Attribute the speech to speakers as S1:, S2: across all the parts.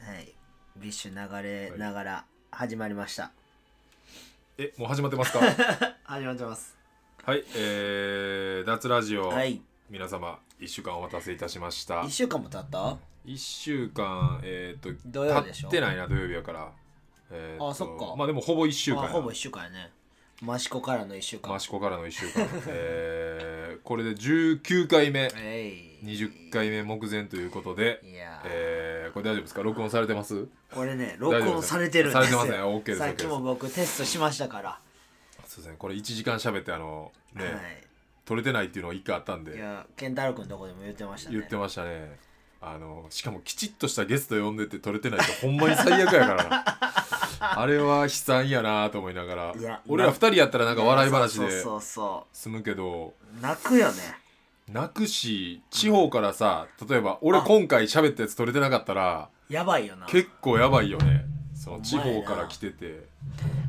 S1: はい、ビッシュ流れながら始まりました。
S2: え、もう始まって ますかは
S1: 始まってます。
S2: い、えー、脱ラジオ、
S1: はい。
S2: 皆様、1週間お待たせいたしました
S1: 1。週間も経った
S2: 1週間、えー、っと、
S1: 土曜日でし
S2: 経
S1: ょ
S2: ってないな、土曜日やから。えーと
S1: あそっか
S2: まあでも、ほぼ1週間
S1: あ
S2: や。
S1: ほぼ1週間やね。益子からの1週間。
S2: 益子からの1週間。えー、これで19回目、
S1: えい。
S2: 20回目目前ということで、
S1: いやー、
S2: えー、これ大丈夫ですか録音されてます
S1: これね、
S2: 丈夫
S1: 録音されてるんです
S2: さ
S1: よ。
S2: れてますね OK です
S1: さっきも僕テストしましたから。
S2: そうですね、これ1時間喋って、あの、ね、
S1: は
S2: 撮れてないっていうのが1回あったん
S1: い。い
S2: で、
S1: や、健太郎君のとこでも言ってましたね。
S2: 言ってましたね。あのしかもきちっとしたゲスト呼んでて撮れてないとほんまに最悪やから なあれは悲惨やなと思いながら
S1: いや
S2: 俺ら2人やったらなんか笑い話
S1: そう
S2: で
S1: そうそ
S2: 済むけど
S1: う。泣くよね。
S2: 泣くし地方からさ例えば俺今回喋ったやつ撮れてなかったら
S1: やばいよな。
S2: 結構やばいよねその地
S1: ほんまや
S2: 方
S1: な
S2: から来てて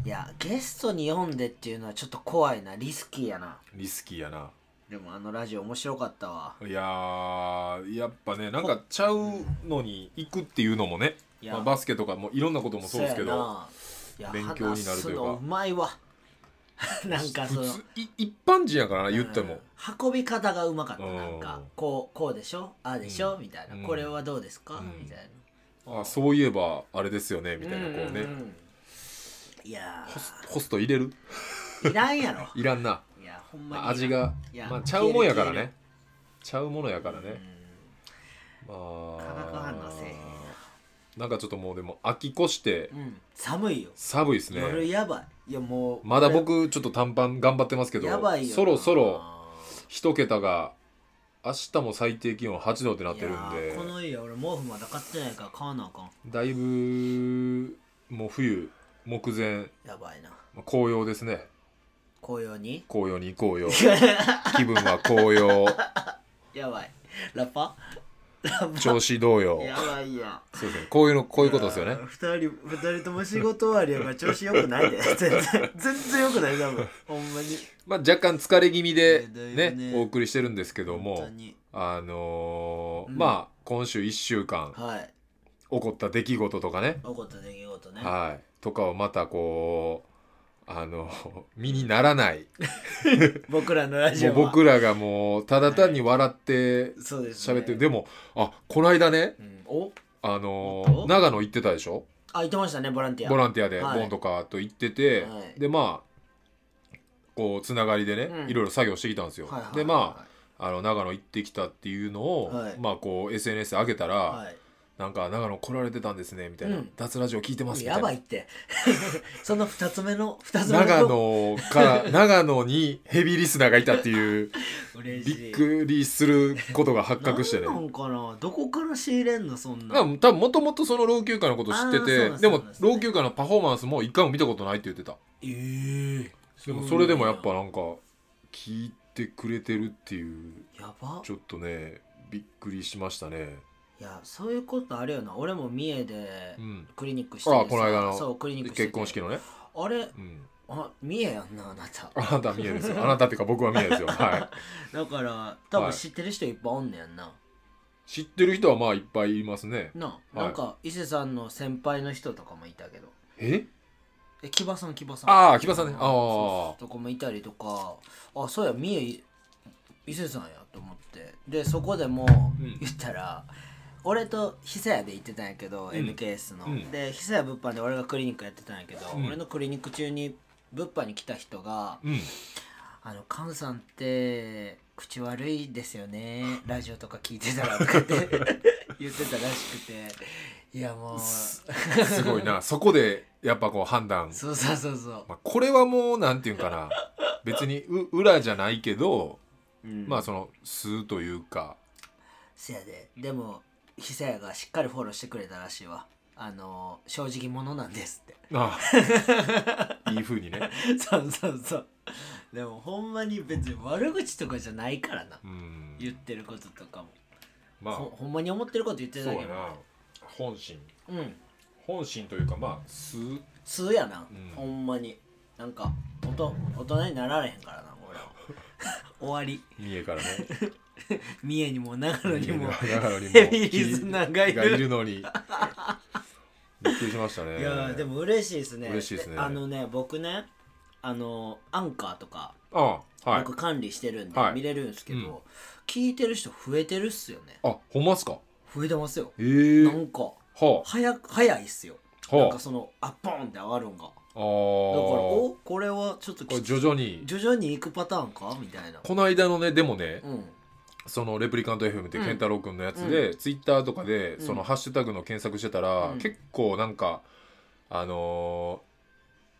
S1: いや、ゲストに読んでっていうのはちょっと怖いな。リスキーやな。
S2: リスキーやな
S1: でもあのラジオ面白かったわ。
S2: いやーやっぱねなんかちゃうのに行くっていうのもね
S1: い、や
S2: まあ、バスケとかもいろんなこともそうですけど
S1: そうやないや
S2: 勉強になるというか
S1: 話すのうまいわ なんかそ
S2: 普
S1: の
S2: 通い一般人やからな言っても、
S1: 運び方がうまかった
S2: うん
S1: なんかこうこうでしょああでしょ、みたいな
S2: うん
S1: これはどうですか、
S2: うん
S1: みたいな
S2: あそういえばあれですよねみたいなこうね、
S1: んんいや
S2: ホスホスト入れる
S1: ーいらんやろ
S2: いらんな、
S1: いやほんまにい
S2: ま
S1: ら
S2: あ、
S1: ん
S2: 味が
S1: いや
S2: まあちゃうもんやから
S1: 消える
S2: ねちゃうものやから
S1: う
S2: ね、
S1: ん化
S2: まあ
S1: 学反応せえへんや
S2: なんかちょっともうでも秋越して
S1: ろうん寒いよ、
S2: 寒いですね
S1: 夜やばいいやもう
S2: まだ僕ちょっと短パン頑張ってますけど
S1: やばいよな
S2: そろそろ一桁が明日も最低気温8度ってなってるん
S1: いやーこ
S2: で
S1: の家俺毛布まだ買ってないから買わなあかん
S2: だいぶもう冬目前
S1: やばいな
S2: まあ紅葉ですね
S1: 紅葉に
S2: 紅葉に行こうよ気分は紅葉
S1: やばいラッパ
S2: 調子どうよ
S1: やばいや
S2: そうですねこういうのこういうことですよ
S1: あ
S2: ね
S1: ー二人二人とも仕事終わりやから調子よくない で全然全然よくない多分ほんまに
S2: まあ若干疲れ気味で
S1: いやだい
S2: ね
S1: ぶね
S2: お送りしてるんですけど
S1: 本
S2: も
S1: 当に
S2: あのー
S1: うん
S2: まあ今週1週間
S1: はい
S2: 起こった出来事とかね
S1: 起こった出来事ね
S2: はいとかをまたこうあの身にならない
S1: 僕らのラジ
S2: も
S1: オ
S2: う
S1: は
S2: 僕らがもうただ単に笑って
S1: そうですね
S2: 喋ってる、でもあこの間ね
S1: うんお
S2: あの
S1: 本当
S2: ー長野行ってたでしょ
S1: あ言ってましたねボランティア
S2: ボランティアで
S1: はい
S2: ボンとかと行ってて、
S1: はい
S2: でまあこうつながりでね、
S1: うん
S2: いろいろ作業してきたんですよ、
S1: はいはいはい
S2: でまああの長野行ってきたっていうのを、
S1: はい
S2: まあこう SNS で上げたら、
S1: はい
S2: なんか長野来られてたんですねみたいな、
S1: うん
S2: 脱ラジオ聞いてますみたい
S1: や
S2: な
S1: ばいって その二つ目の二つ目の
S2: 長野から長野にヘビーリスナーがいたっていう
S1: 嬉しい
S2: びっくりすることが発覚してね
S1: 何なんかなどこから仕入れんのそんな
S2: なんか多分もともとその老朽化のこと知って
S1: あーそう
S2: て
S1: なんです
S2: でも
S1: そうなんですね
S2: 老朽化のパフォーマンスも一回も見たことないって言ってた
S1: ええ
S2: でもそれでもやっぱなんか聞いてくれてるっていう
S1: やば
S2: ちょっとねびっくりしましたね
S1: いやそういうことあるよな俺も三重で
S2: うん
S1: クリニックしててさ
S2: あこの間の
S1: そうクリニックしてて
S2: 結婚式のね、
S1: あれ
S2: うん、
S1: あ三重やんなあなた
S2: あなたは三重ですよあなたっていうか僕は三重で すよは
S1: だから多分
S2: はい
S1: 知ってる人いっぱいおんねやんな、
S2: い知ってる人はまあいっぱいいますね
S1: なあ、
S2: はい
S1: なんか伊勢さんの先輩の人とかもいたけど
S2: え
S1: え木場さん木場さん
S2: あー木場さんねあー
S1: そうそうとかもいたりとかあそうや三重伊勢さんやと思ってでそこでも
S2: うん
S1: 言ったら、俺と久屋で行ってたんやけど、
S2: ん
S1: MKS の、
S2: うん
S1: で久屋物販で俺がクリニックやってたんやけど、
S2: うん
S1: 俺のクリニック中に物販に来た人が
S2: うん
S1: あの、カンさんって、口悪いですよ ね。ラジオとか聞いてたらとかって言ってたらしくて。いや、もう、
S2: す
S1: そ
S2: すご いなそこでやっぱこう判断、
S1: うそうそうそう。
S2: まあ、これはもうなんていうんかな別にう裏じゃないけど
S1: うん
S2: まあその数というか
S1: せやで。でも、久やがしっかりフォローしてくれたらしいわ。あの、正直者なんですって。
S2: ああいいふうにね、
S1: そうそうそう。でも、ほんまに別に悪口とかじゃないからな。
S2: うん、
S1: 言ってることとかも。
S2: まあ
S1: ほほんまに思ってること言って
S2: そ
S1: た
S2: う
S1: け
S2: や
S1: ど。
S2: な本心
S1: うん。
S2: 本心というかまあ数
S1: 通やな、
S2: う
S1: ほ
S2: ん
S1: んまになんか大人大人になられへんからな俺は 終わり
S2: 三重からね
S1: 三重にも長野にも
S2: 長野に も
S1: ヘビーリスナーがいる
S2: がいるのにびっくりしましたね
S1: いやーでも嬉しいですね
S2: 嬉しいですね
S1: あのね僕ねあのアンカーとか
S2: ああはい
S1: 僕管理してるんで
S2: はい
S1: 見れるんですけど、
S2: うん
S1: 聞いてる人増えてるっすよね
S2: あほんまっすか
S1: 増えてますよ
S2: ええ
S1: なんか
S2: は
S1: 早く早いっすよ
S2: あ
S1: なん
S2: はあ
S1: かそのあポンって上がるんがだか
S2: あ
S1: ら
S2: ー
S1: おこれはちょっと
S2: これ
S1: き
S2: 徐々に
S1: 徐々に行くパターンかみたいな
S2: この間のねでもね
S1: うん
S2: そのレプリカント FM って
S1: うん
S2: 健太郎君のやつで、ツイッターとかで
S1: うん
S2: そのハッシュタグの検索してたら、
S1: うん
S2: 結構なんかあの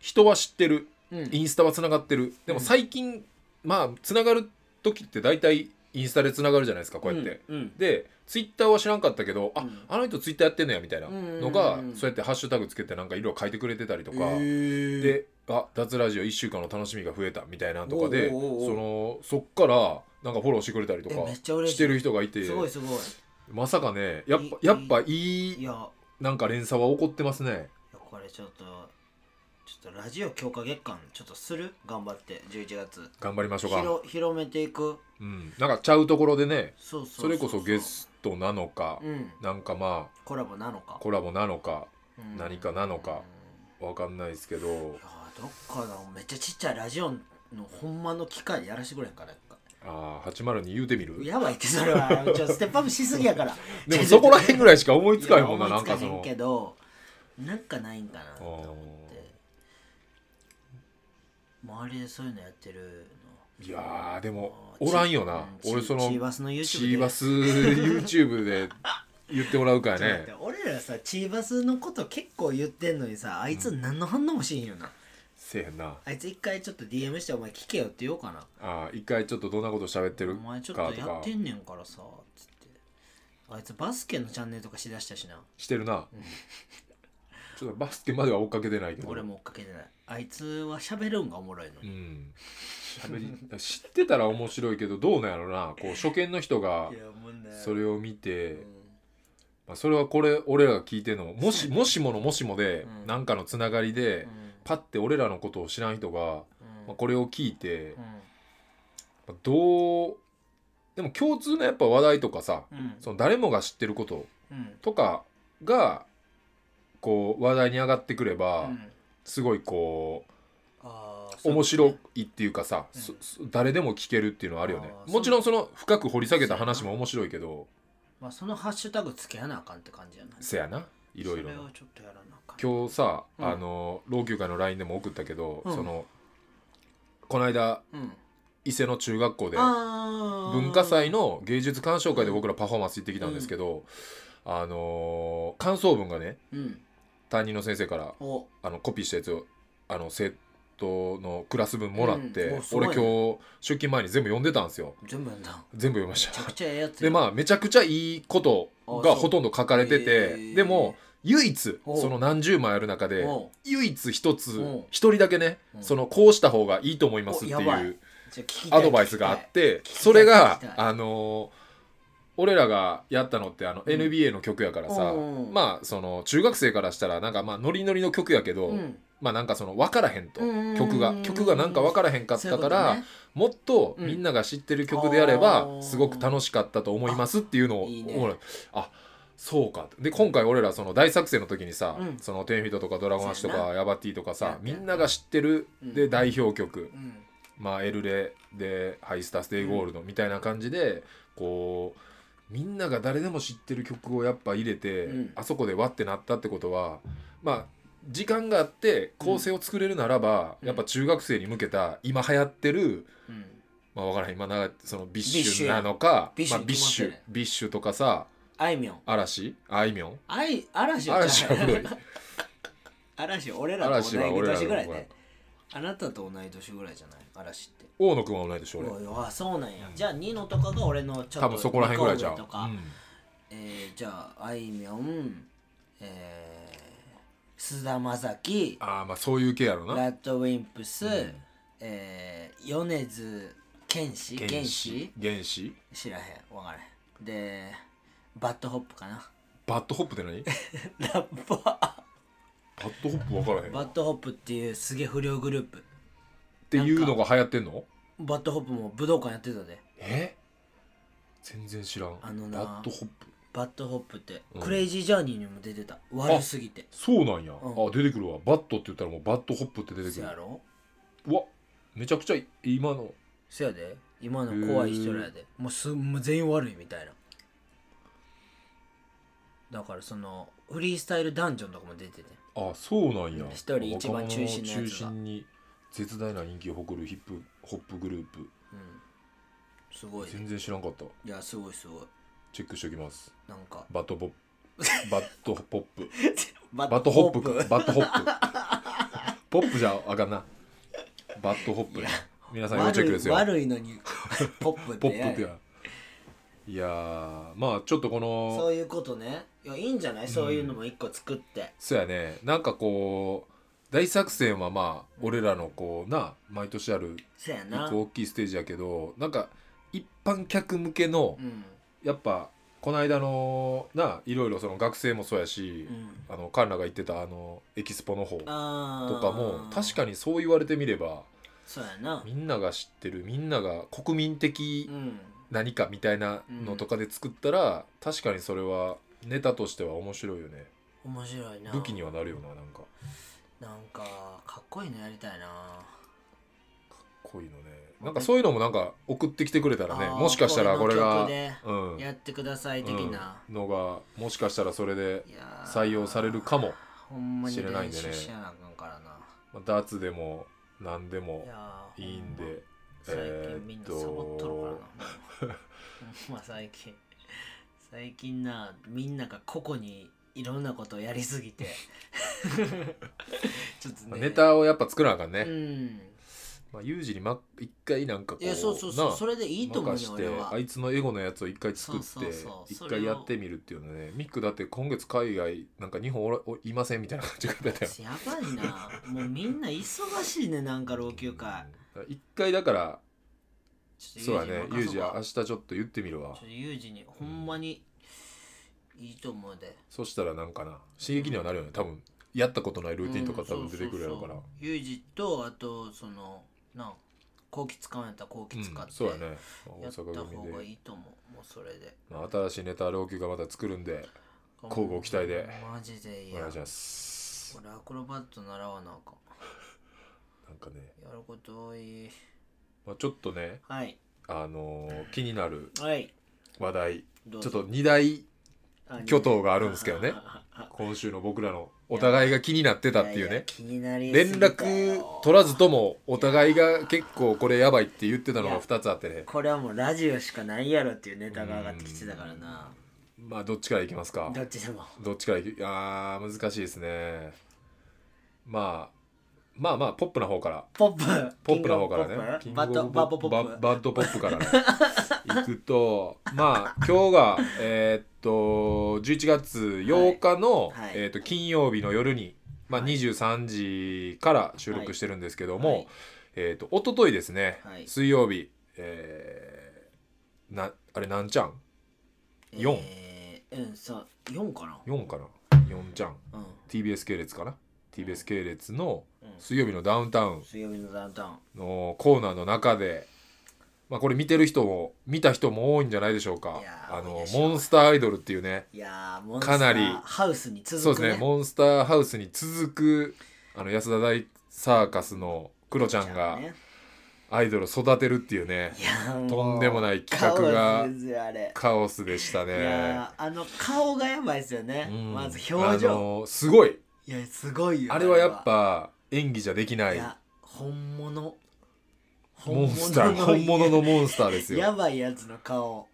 S2: ー人は知ってる
S1: うん
S2: インスタはつながってるでも
S1: うん
S2: 最近、まあつながる時って大体インスタでつながるじゃないですかこうやって、
S1: うん
S2: でツイッターは知らんかったけど、
S1: う
S2: あ
S1: ん
S2: あの人ツイッターやってんのやみたいなのが、
S1: うんうんうん
S2: そうやってハッシュタグつけてなんか色々書いてくれてたりと
S1: と
S2: か、で「あ脱ラジオ1週間の楽しみが増えた」みたいなとかで
S1: おうおうおうおう
S2: そのそっからなんかフォローしてくれたりと
S1: え
S2: か
S1: めっちゃ嬉しい
S2: してる人がいて
S1: すごいすご
S2: まさかねやっぱ
S1: い
S2: やっぱ
S1: い
S2: い
S1: い
S2: い
S1: やいや
S2: なんか連鎖は起こってますね
S1: これちょっとちょっとラジオ強化月間ちょっとする頑張って11月
S2: 頑張りましょうか、
S1: 広広めていく
S2: うん、なんかちゃうところでね
S1: そうそ
S2: そうれ
S1: う
S2: こそゲストなのか
S1: うん
S2: なんかまあ
S1: コラボなのか
S2: コラボなのか
S1: うん
S2: 何かなのか
S1: うん
S2: わかんないですけど
S1: いやーどっかのめっちゃちっちゃいラジオのほんまの機械やらしてくれへんかな
S2: ああ802言うてみる
S1: やばいってそれはちょっとステップアップしすぎやから
S2: でもそこら辺ぐらいしか思
S1: 追
S2: いつかへんもんななんかそ
S1: へん
S2: の
S1: けどなんかないんかなと思って周りでそういうのやってる
S2: いやーで
S1: の
S2: もおらんよな
S1: ち
S2: 俺その
S1: チーバスの YouTube で
S2: チーバス YouTube で言ってもらうから
S1: ちょっと待って
S2: ね
S1: 俺らさチーバスのこと結構言ってんのにさあいつ何の反応もしへんよな、
S2: せえへんな
S1: あいつ一回ちょっと DM してお前聞けよって言おうかな
S2: あー一回ちょっとどんなこと喋ってる
S1: お前ちょっ
S2: か
S1: と
S2: と
S1: や
S2: か
S1: ってんねんからさつってあいつバスケのチャンネルとかしだしたしな
S2: してるなちょっとバスケまでは追っかけてないけど
S1: 俺も追っかけてないあいつは喋るんがおもろいの
S2: う
S1: に、
S2: ん喋り知ってたら面白いけどどうなんやろなこう初見の人が
S1: いやもんね
S2: それを見
S1: うん
S2: て、まあ、それはこれ俺らが聞いてんのもしもしものもしもで
S1: うん
S2: 何かのつながりで
S1: うん
S2: パッて俺らのことを知らん人が、
S1: うん
S2: まあ、これを聞い
S1: う、
S2: て
S1: ん
S2: まあどうでも共通のやっぱ話題とかさ
S1: うん
S2: その誰もが知ってること
S1: うん
S2: とかがこう話題に上がってくれば、
S1: うん
S2: すごいこ
S1: あー
S2: う面
S1: そう
S2: 白
S1: ね
S2: いっていうかさ、
S1: うん
S2: そそ誰でも聞けるっていうのはあるよね
S1: あー
S2: もちろんその深く掘り下げた話も面白いけど
S1: まあそのハッシュタグつけやなあかんって感じやない
S2: せやないろいろ
S1: それ
S2: な
S1: をちょっとやらなあかん
S2: 今日さ、
S1: うん
S2: あの老朽化の LINE でも送ったけど、
S1: うん
S2: そのこの間
S1: うん
S2: 伊勢の中学校で
S1: あー
S2: 文化祭の芸術鑑賞会で僕らパフォーマンス行ってきたんですけど、あのー感想文がね
S1: うん
S2: 担任の先生から
S1: お
S2: あのコピーしたやつをあの生徒のクラス分もらって、
S1: うんおすごい
S2: 俺
S1: ね
S2: 今日出勤前に全部読んでたんですよ
S1: 全部やんだ
S2: 全部読みま
S1: め
S2: し
S1: ちゃ
S2: た
S1: くちゃええやつ
S2: でまあめちゃくちゃいいことがほとんど書かれてて、でも唯一
S1: お
S2: その何十枚ある中で
S1: お
S2: 唯一一つ
S1: うん
S2: 一人だけね、
S1: うん
S2: そのこうした方がいいと思いますって
S1: おやば
S2: い
S1: いうじゃあ聞きたい
S2: アドバイスがあっ
S1: 聞き
S2: て
S1: きたい
S2: それが
S1: 聞きたい
S2: あのー俺らがやったのってあの
S1: うん
S2: NBA の曲やからさ、
S1: うん
S2: まあその中学生からしたらなんかまあノリノリの曲やけど、
S1: たいうん
S2: まあなんかその分からへんと、
S1: うん
S2: 曲が曲がなんか分からへんかっ
S1: そうい
S2: た
S1: う
S2: か
S1: こ
S2: ら
S1: とね
S2: もっと
S1: うん
S2: みんなが知ってる曲であれば、
S1: あー
S2: すごく楽しかったと思いますっていうのを
S1: あいいね
S2: ほらあそうかで今回俺らその大作戦の時にさ「
S1: うん
S2: そのテンフィート」とか「ドラゴンアッシュ」と
S1: そ
S2: か
S1: う
S2: 「ヤバティ」とか
S1: やっ
S2: さ
S1: た
S2: み
S1: やった
S2: んなが知ってる
S1: う
S2: で
S1: ん
S2: 代表曲
S1: うん
S2: 「まあ、エルレ」で「ハイスタステイゴールド」みたいな感じでこうみんなが誰でも知ってる曲をやっぱ入れて、
S1: うん
S2: あそこでわってなったってことはまあ時間があって構成を作れるならば、
S1: うん
S2: やっぱ中学生に向けた今流行ってる
S1: うん
S2: まあ、わからへん今なそのビッ
S1: ビッ
S2: シ
S1: シ
S2: ュ
S1: ュ
S2: なのか
S1: ビッシ
S2: ま
S1: ュ
S2: あ、ビッシ
S1: 行きます
S2: ュ
S1: よね
S2: ビッシュとかさ
S1: あいみょん
S2: 嵐あいみょん
S1: あい嵐は
S2: 嵐は古い
S1: 嵐俺らと
S2: 嵐は
S1: 同い
S2: 俺らの
S1: 年ぐらい
S2: ほら
S1: ねあなたと同い年ぐらいじゃない嵐って
S2: 大野くんは同い年俺
S1: おいあそうなんや、じゃあニノとかが俺のちょっと
S2: 多分そこら辺ぐらいじゃん
S1: 二個上とか、
S2: うん
S1: えーじゃああいみょんえー菅田将暉
S2: ああまあそういう系やろな
S1: ラッドウィンプス、
S2: ん
S1: えー米津玄師玄師
S2: 原子
S1: 知らへんわからへんでバッドホップかな
S2: バッドホップって何バ
S1: ラッパ
S2: ッドホップ分からへ
S1: ー
S2: んっ
S1: バッドホップっていうすげえ不良グループ
S2: ていうのが流行ってんの
S1: バッドホップも武道館やってたで
S2: え全然知らん
S1: あのな
S2: バッドホップ
S1: バッドホップって、
S2: うん
S1: クレイジージャーニーにも出てた悪すぎて
S2: そうなんや、
S1: うん
S2: あ出てくるわバットって言ったらもうバットホップって出てく
S1: せ
S2: る
S1: やろ
S2: うわめちゃくちゃ今の
S1: せやで今の怖い人らやでもうすもう全員悪いみたいなだからそのフリースタイルダンジョンとかも出てて
S2: あそうなんや
S1: 一人一番中心のやつが
S2: 中心に絶大な人気を誇るヒップホップグループ
S1: うんすごいね
S2: 全然知らんかった
S1: いやすごいすごい
S2: チェックしておきます
S1: なんか
S2: バットボッ プバットポップ
S1: バ
S2: バットホップかバットホップポップじゃあかんなバットホップや皆さん要チェックですよ
S1: 悪い悪いのにポップって
S2: ポップってやいやーまあちょっとこの
S1: そういうことねいやいいんじゃないそういうのも一個作って、
S2: そうやねなんかこう大作戦はまあ俺らのこうな毎年ある
S1: そや
S2: 一
S1: な
S2: 個大きいステージやけどなんか一般客向けの
S1: うん
S2: やっぱこの間のないろいろその学生もそうやし
S1: う、ん
S2: あのカンラが言ってたあのエキスポの方と
S1: あー
S2: かも確かにそう言われてみれば
S1: そうやな
S2: みんなが知ってるみんなが国民的
S1: うん
S2: 何かみたいなのとかで作ったら、確かにそれはネタとしては面白いよね
S1: 面白いな
S2: 武器にはなるよななんか
S1: なんかかっこいいのやりたいな
S2: こういうのねなんかそういうのもなんか送ってきてくれたらねもしかしたらこれが、うん、
S1: やってください的な、
S2: うんのがもしかしたらそれで
S1: いやー
S2: 採用されるかも
S1: ほんまに
S2: しれないん
S1: 練
S2: でね
S1: 習しやなあかんからな
S2: まあダーツでも何でも
S1: いやー
S2: いいん
S1: ほ
S2: で
S1: ま最
S2: えーっ
S1: 近み
S2: と
S1: んなサボっとるからな、ほんま最近最近なみんなが個々にいろんなことをやりすぎて ちょっと
S2: まあ
S1: ね
S2: ネタをやっぱ作らなあかんね、
S1: うん
S2: まあ、有事にま一回なんかこう
S1: いやそうそうそう
S2: な
S1: それでいいと思う
S2: 任
S1: よ
S2: して
S1: 俺は
S2: あいつのエゴのやつを一回作っ
S1: そうそう
S2: て
S1: そう
S2: 一
S1: それを
S2: 回やってみるっていうのねミックだって今月海外なんか日本おらおいませんみたいな感じだったよ
S1: やばいなもうみんな忙しいねなんか老朽化
S2: うん一回だから
S1: ち
S2: そ
S1: ょ
S2: う
S1: っ
S2: だ
S1: と
S2: ね
S1: ユ
S2: ユ
S1: ー
S2: ー
S1: ジ
S2: ジ
S1: に任そう
S2: は明
S1: か
S2: 日ちょっと言ってみるわ
S1: ちょっとユージにほんまにいいと思うで
S2: そしたらなんかな刺激にはなるよね多分やったことないルーティンとか
S1: うん
S2: 多分出てくるやろう
S1: そうそ
S2: か
S1: う
S2: ら
S1: そうユージとあとそのな後期使うんやったら後期使って、
S2: うんそうやね
S1: や
S2: 大
S1: った
S2: 阪
S1: 方
S2: 組
S1: が
S2: で
S1: いいと思うもうそれで
S2: まあ新しいネタ老朽がまた作るんで乞うご期待で
S1: マジでいい
S2: お
S1: や
S2: 願いします
S1: 俺アクロバット習わなあか
S2: なんかね、
S1: んやること多い
S2: まあ、ちょっとね
S1: はい
S2: あのー気になる
S1: はい
S2: 話題
S1: どう
S2: ちょ
S1: ぞ
S2: っと2大
S1: あ
S2: 挙頭があるんですけど ね今週の僕らのお互いが気になってたっていう
S1: いやいや
S2: ね
S1: 気になりす
S2: 連
S1: ぎたよ
S2: 絡取らずともお互いが結構これやばいって言ってた
S1: い
S2: のが
S1: や
S2: 2つあってね
S1: これはもうラジオしかないやろっていうネタが上がってきてたからな
S2: まあどっちからいきますか
S1: どっちでも
S2: どっちからいきあー難しいですねまあまあまあポップな方から
S1: ポップ
S2: ポップの方からね。
S1: キ
S2: キ
S1: ン
S2: ン
S1: グ
S2: グ
S1: オ
S2: オ
S1: ブ
S2: ブ
S1: ポップバッドバッドポッ
S2: バ
S1: プ
S2: バッドポップからね。行くと、まあ、今日が、えーっと、11月8日の、
S1: はいはい
S2: えーっと、金曜日の夜に、まあ、
S1: はい
S2: 23時から収
S1: はい
S2: 録してるんですけども、
S1: はい
S2: えーっと、一昨日ですね、
S1: はい
S2: 水曜日、えーな、あれ、なんちゃん4
S1: えーうんそう4かな
S2: ?4 かな ?4 ちゃん。
S1: うん
S2: TBS 系列かな ?TBS 系列の
S1: うん
S2: 水曜日のダウンタウン。
S1: 水曜日のダウンタウン
S2: のコーナーの中で、まあ、これ見てる人も見た人も多いんじゃないでしょうか
S1: いやー
S2: あ
S1: 多い
S2: の
S1: でしょう
S2: モンスターアイドルっていうね
S1: いやーモンスター
S2: かなり
S1: ハウスに続く
S2: そうですねモンスターハウスに続くあの安田大サーカスのクロちゃんが
S1: ね
S2: アイドルを育てるっていうね
S1: いやー
S2: とんでもない企
S1: 顔
S2: 画が
S1: ですよあれ
S2: カオスでした
S1: い
S2: ね。
S1: やーあの顔がやばいですよね
S2: うん
S1: まず表
S2: あ
S1: 情
S2: のすごい
S1: いやすごいよ
S2: あれはやっぱ演技じゃできないい
S1: や本物
S2: モンスター本物のモンスターですよ
S1: やばいやつの顔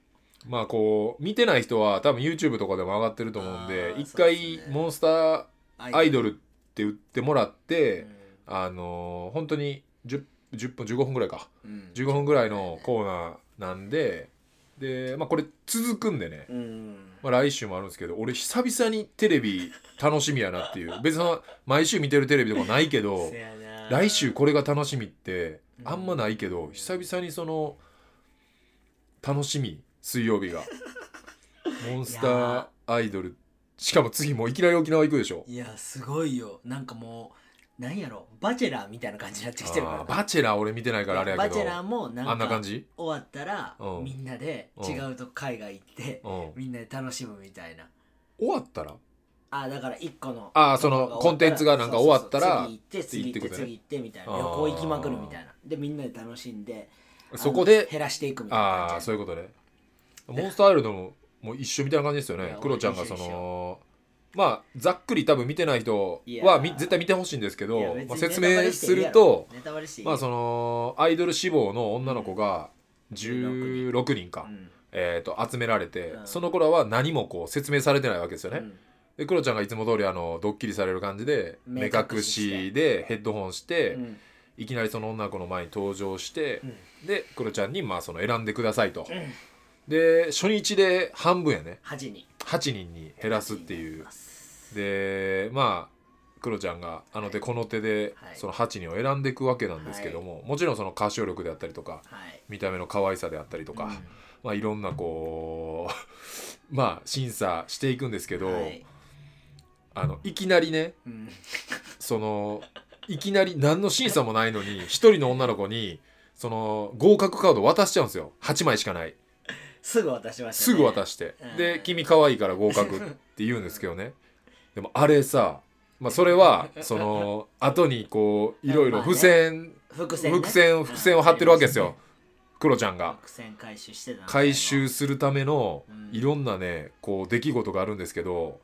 S2: まあこう見てない人は多分 YouTube とかでも上がってると思うんで
S1: あー
S2: 一
S1: そう
S2: 回
S1: ですね
S2: モンスターアイド
S1: ル、
S2: ルって売ってもらっ
S1: う
S2: て
S1: ん、
S2: あのー本当に 10, 10分15分ぐらいか
S1: うん
S2: 15分ぐらいのコーナーなんでで、まあ、これ続くんでね、
S1: うん
S2: まあ、来週もあるんですけど俺久々にテレビ楽しみやなっていう別にその毎週見てるテレビとかないけど
S1: せやな
S2: 来週これが楽しみって
S1: うん
S2: あんまないけど、久々にその楽しみ水 曜日がモンスターアイドルしかも次もういきなり沖縄行くでしょ
S1: いやすごいよなんかもうなんやろバチェラーみたいな感じになってきてるから
S2: あーバチェラー俺見てないからあれやけど
S1: バチェラーもな
S2: あ
S1: ん
S2: んな
S1: か
S2: 感じ
S1: 終わったら
S2: うん
S1: みんなで違うとこ海外行って
S2: うん
S1: みんなで楽しむみたいな
S2: 終わったら
S1: あだから一個の
S2: あーそのコンテンツがなんか終わったら
S1: そうそうそう次行って次行って
S2: 次行って
S1: 次行ってみたいな
S2: あー
S1: 旅行行きまくるみたいなでみんなで楽しんであの
S2: そこで
S1: 減らしていくみたいな
S2: ああー
S1: 感じ
S2: そ
S1: や
S2: ういうことでモンスターアイルドももう一緒みたいな感じですよ
S1: いや
S2: ねクロちゃんが
S1: 一緒
S2: そ
S1: 一緒
S2: のまあざっくり多分見てない人
S1: いや
S2: は
S1: ー
S2: み絶対見てほしいんですけ
S1: いや
S2: ど、
S1: 別に
S2: まあ、説
S1: ネタバ
S2: 明
S1: レして
S2: す
S1: いい
S2: る
S1: やろ
S2: と
S1: ネタバレしていい
S2: まあそ
S1: の
S2: のアイドル志望の女の子が16人か、えー、と集められて、
S1: うん
S2: その頃は何もこう説明されてないわけですよね、でクロちゃんがいつも通りあのドッキリされる感じで
S1: 目
S2: 目
S1: 隠し
S2: 隠しでヘッドホンして、いきなりその女の子の前に登場して、でクロちゃんにまあその選んでくださいと、で初日で半分やね
S1: 恥に
S2: 8人に減らすっていう
S1: う
S2: でまあクロちゃんがあの手この手で
S1: はい
S2: その8人を選んでいくわけなんですけども、もちろんその歌唱力であったりとか
S1: はい
S2: 見た目の可愛さであったりとか、
S1: うん
S2: まあいろんなこう まあ審査していくんですけど、
S1: はい
S2: あのいきなりね
S1: うん
S2: そのいきなり何の審査もないのに一人の女の子にその合格カード渡しちゃうんですよ8枚しかない
S1: すぐ渡しました
S2: す
S1: ね
S2: ぐ渡して
S1: うん
S2: で「君可愛いから合格」って言うんですけどねでもあれさ、まあ、それは その後にこういろいろ付箋
S1: 伏線ね
S2: 伏線伏線を張ってるわけですよクロちゃんが
S1: 伏線回収してたな
S2: 回収するための
S1: うん
S2: いろんなねこう出来事があるんですけど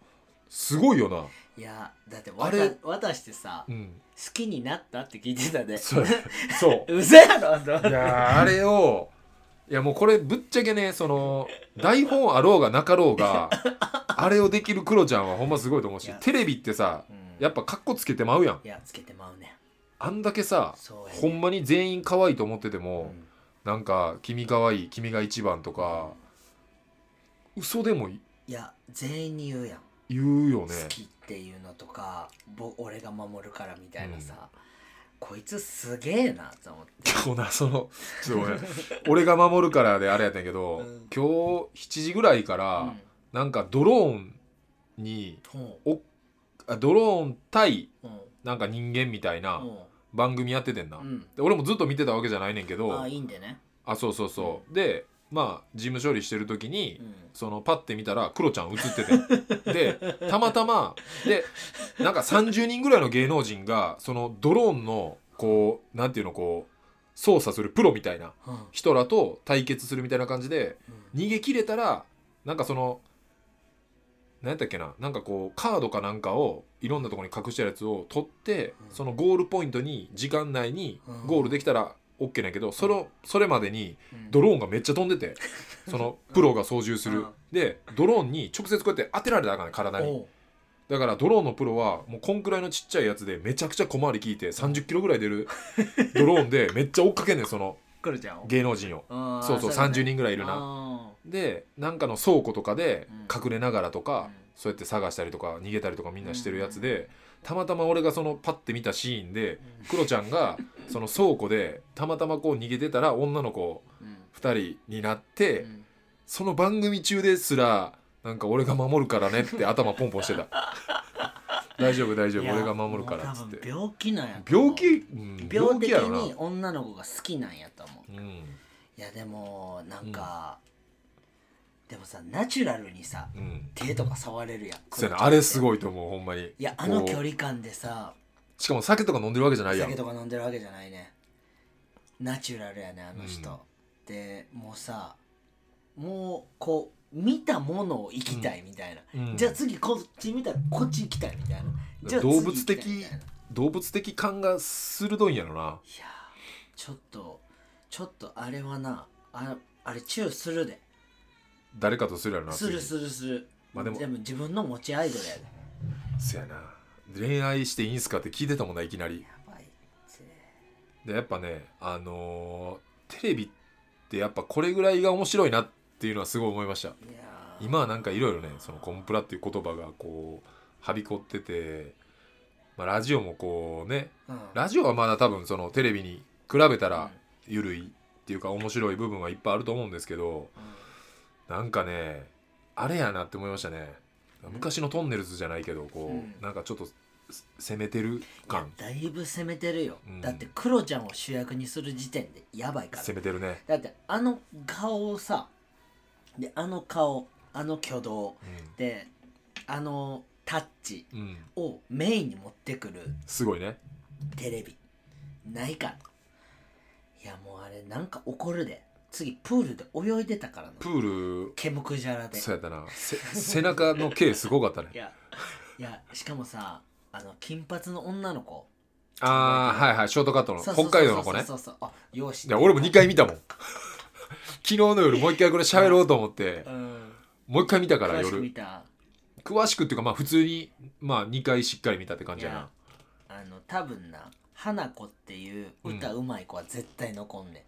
S2: すごいよな、
S1: いやだって
S2: あ
S1: 渡
S2: れ
S1: 渡してさ
S2: う
S1: 好
S2: ん、
S1: きになったって聞いてたで
S2: そうそ う
S1: 嘘やろと
S2: いやーあれをいやもうこれぶっちゃけねその台本あろうがなかろう があれをできるクロちゃんはほんますごいと思う
S1: い
S2: し
S1: や
S2: テレビってさ
S1: うん
S2: やっぱカッコつけてまうやん
S1: いやつけてまうね
S2: あんだけさ
S1: そうやね
S2: ほんまに全員可愛いと思ってても、
S1: うん
S2: なんか「君可愛い君が一番」とか嘘でも
S1: いや全員に言うやん
S2: 言うよね
S1: 好きっていうのとかぼ俺が守るからみたいなさこいつすげえなと思って
S2: 今日なそのちょっとごめん俺が守るからであれやったんやけど、
S1: うん
S2: 今日7時ぐらいから、
S1: うん
S2: なんかドローンに
S1: ほ
S2: あドローン対
S1: ううん
S2: なんか人間みたいな
S1: ほ
S2: 番組やっててんな、
S1: ううん
S2: で俺もずっと見てたわけじゃないねんけど
S1: ああ
S2: あ
S1: いいんでね
S2: そうそうそうでまあ事務処理してる時に、
S1: うん
S2: そのパッて見たらクロちゃん映って てでたまたまでなんか30人ぐらいの芸能人がそのドローンのこうなんていうのこう操作するプロみたいな
S1: うん
S2: 人らと対決するみたいな感じで
S1: うん
S2: 逃げ切れたらなんかその何やったっけななんかこうカードかなんかをいろんなところに隠してあるやつを取って、
S1: うん
S2: そのゴールポイントに時間内に
S1: うん
S2: ゴールできたら OK なんやけど、そのそれまでに
S1: うん
S2: ドローンがめっちゃ飛んでて、 そのプロが操縦する、
S1: うん
S2: でドローンに直接こうやって当てられたらあかんね体に
S1: おう
S2: だからドローンのプロはもうこんくらいのちっちゃいやつでめちゃくちゃ小回り効いて3 0キロぐらい出るドローンでめっちゃ追っかけんねんその
S1: 来るじゃん
S2: 芸能人を。
S1: あー
S2: そうそう30人ぐらいいるな。
S1: な
S2: でなんかの倉庫とかで
S1: うん
S2: 隠れながらとか、
S1: うん
S2: そうやって探したりとか逃げたりとかみんなしてるやつで、たまたま俺がそのパッて見たシーンでクロちゃんがその倉庫でたまたまこう逃げてたら女の子
S1: うん
S2: 2人になって、
S1: うん
S2: その番組中ですらなんか俺が守るからねって頭ポンポンしてた大丈夫大丈夫
S1: いや
S2: 俺が守るからっつっ
S1: もう多
S2: て
S1: 分病気なんやと思う
S2: 病気、うん、
S1: 病
S2: 病
S1: 的
S2: 気やろな、
S1: に女の子が好きなんやと思う
S2: うん
S1: いやでもなんか、でもさナチュラルにさ
S2: うん、
S1: 手とか触れるやん
S2: そうやなあれす
S1: い
S2: ごいと思うほんまに
S1: いやあの
S2: こう
S1: 距離感でさ
S2: しかも酒とか飲んでるわけじゃないやん
S1: 酒とか飲んでるわけじゃないねナチュラルやねあの人、
S2: うん
S1: でもうさもうこう見たものを生きたいみたいな、
S2: うん
S1: じゃあ次こっち見たらこっち行きたいみたいなじゃあ次
S2: 動物的
S1: 行きたいみたいない
S2: 動物的感が鋭いんやろな
S1: やーちょっとちょっとあれはなああれチューするで
S2: 誰かとするやろな
S1: する
S2: 次
S1: するする、
S2: まあ
S1: で
S2: で
S1: も
S2: も
S1: 自分の持ちアイドルやで
S2: そやな恋愛していいんすかって聞いてたもんないきなり
S1: やばいぜ
S2: でやっぱねあのーテレビってやっぱこれぐらいが面白いなっていうのはすごい思いまし
S1: い
S2: た
S1: やー
S2: 今はなんかいろいろねそのコンプラっていう言葉がこうはびこってて、まあ、ラジオもこうね
S1: うん
S2: ラジオはまだ多分そのテレビに比べた
S1: うん
S2: ら緩いっていうか面白い部分はいっぱいあると思うんですけどなんかねあれやなって思いましたね昔のトンネルズじゃないけどこ
S1: う
S2: う、
S1: ん
S2: なんかちょっと攻めてる感
S1: だいぶ攻めてるよ、
S2: うん
S1: だってクロちゃんを主役にする時点でやばいから
S2: 攻めてるね、
S1: だってあの顔をさであの顔あの挙動であのタッチ
S2: うんうん、
S1: をメインに持ってくる
S2: すごいね
S1: テレビないからいやもうあれなんか怒るで次プールで泳いでたからな
S2: プール
S1: ケムクジャラで
S2: そうやったなせ背中の毛すごかったね
S1: いやいやしかもさあの金髪の女の子
S2: ああはいはいショートカットの
S1: そうそう
S2: 北海道の子ね
S1: そうそうそうそうあ容
S2: い
S1: 姿
S2: や俺も2回見たもん 昨日の夜もう一回これ喋ろうと思って
S1: うん
S2: もう一回見たから
S1: 詳しく
S2: 夜
S1: 見た
S2: 詳しくっていうかまあ普通にまあ2回しっかり見たって感
S1: い
S2: じや
S1: や
S2: な
S1: あの多分な花子っていう歌うまい子は絶対残んねん、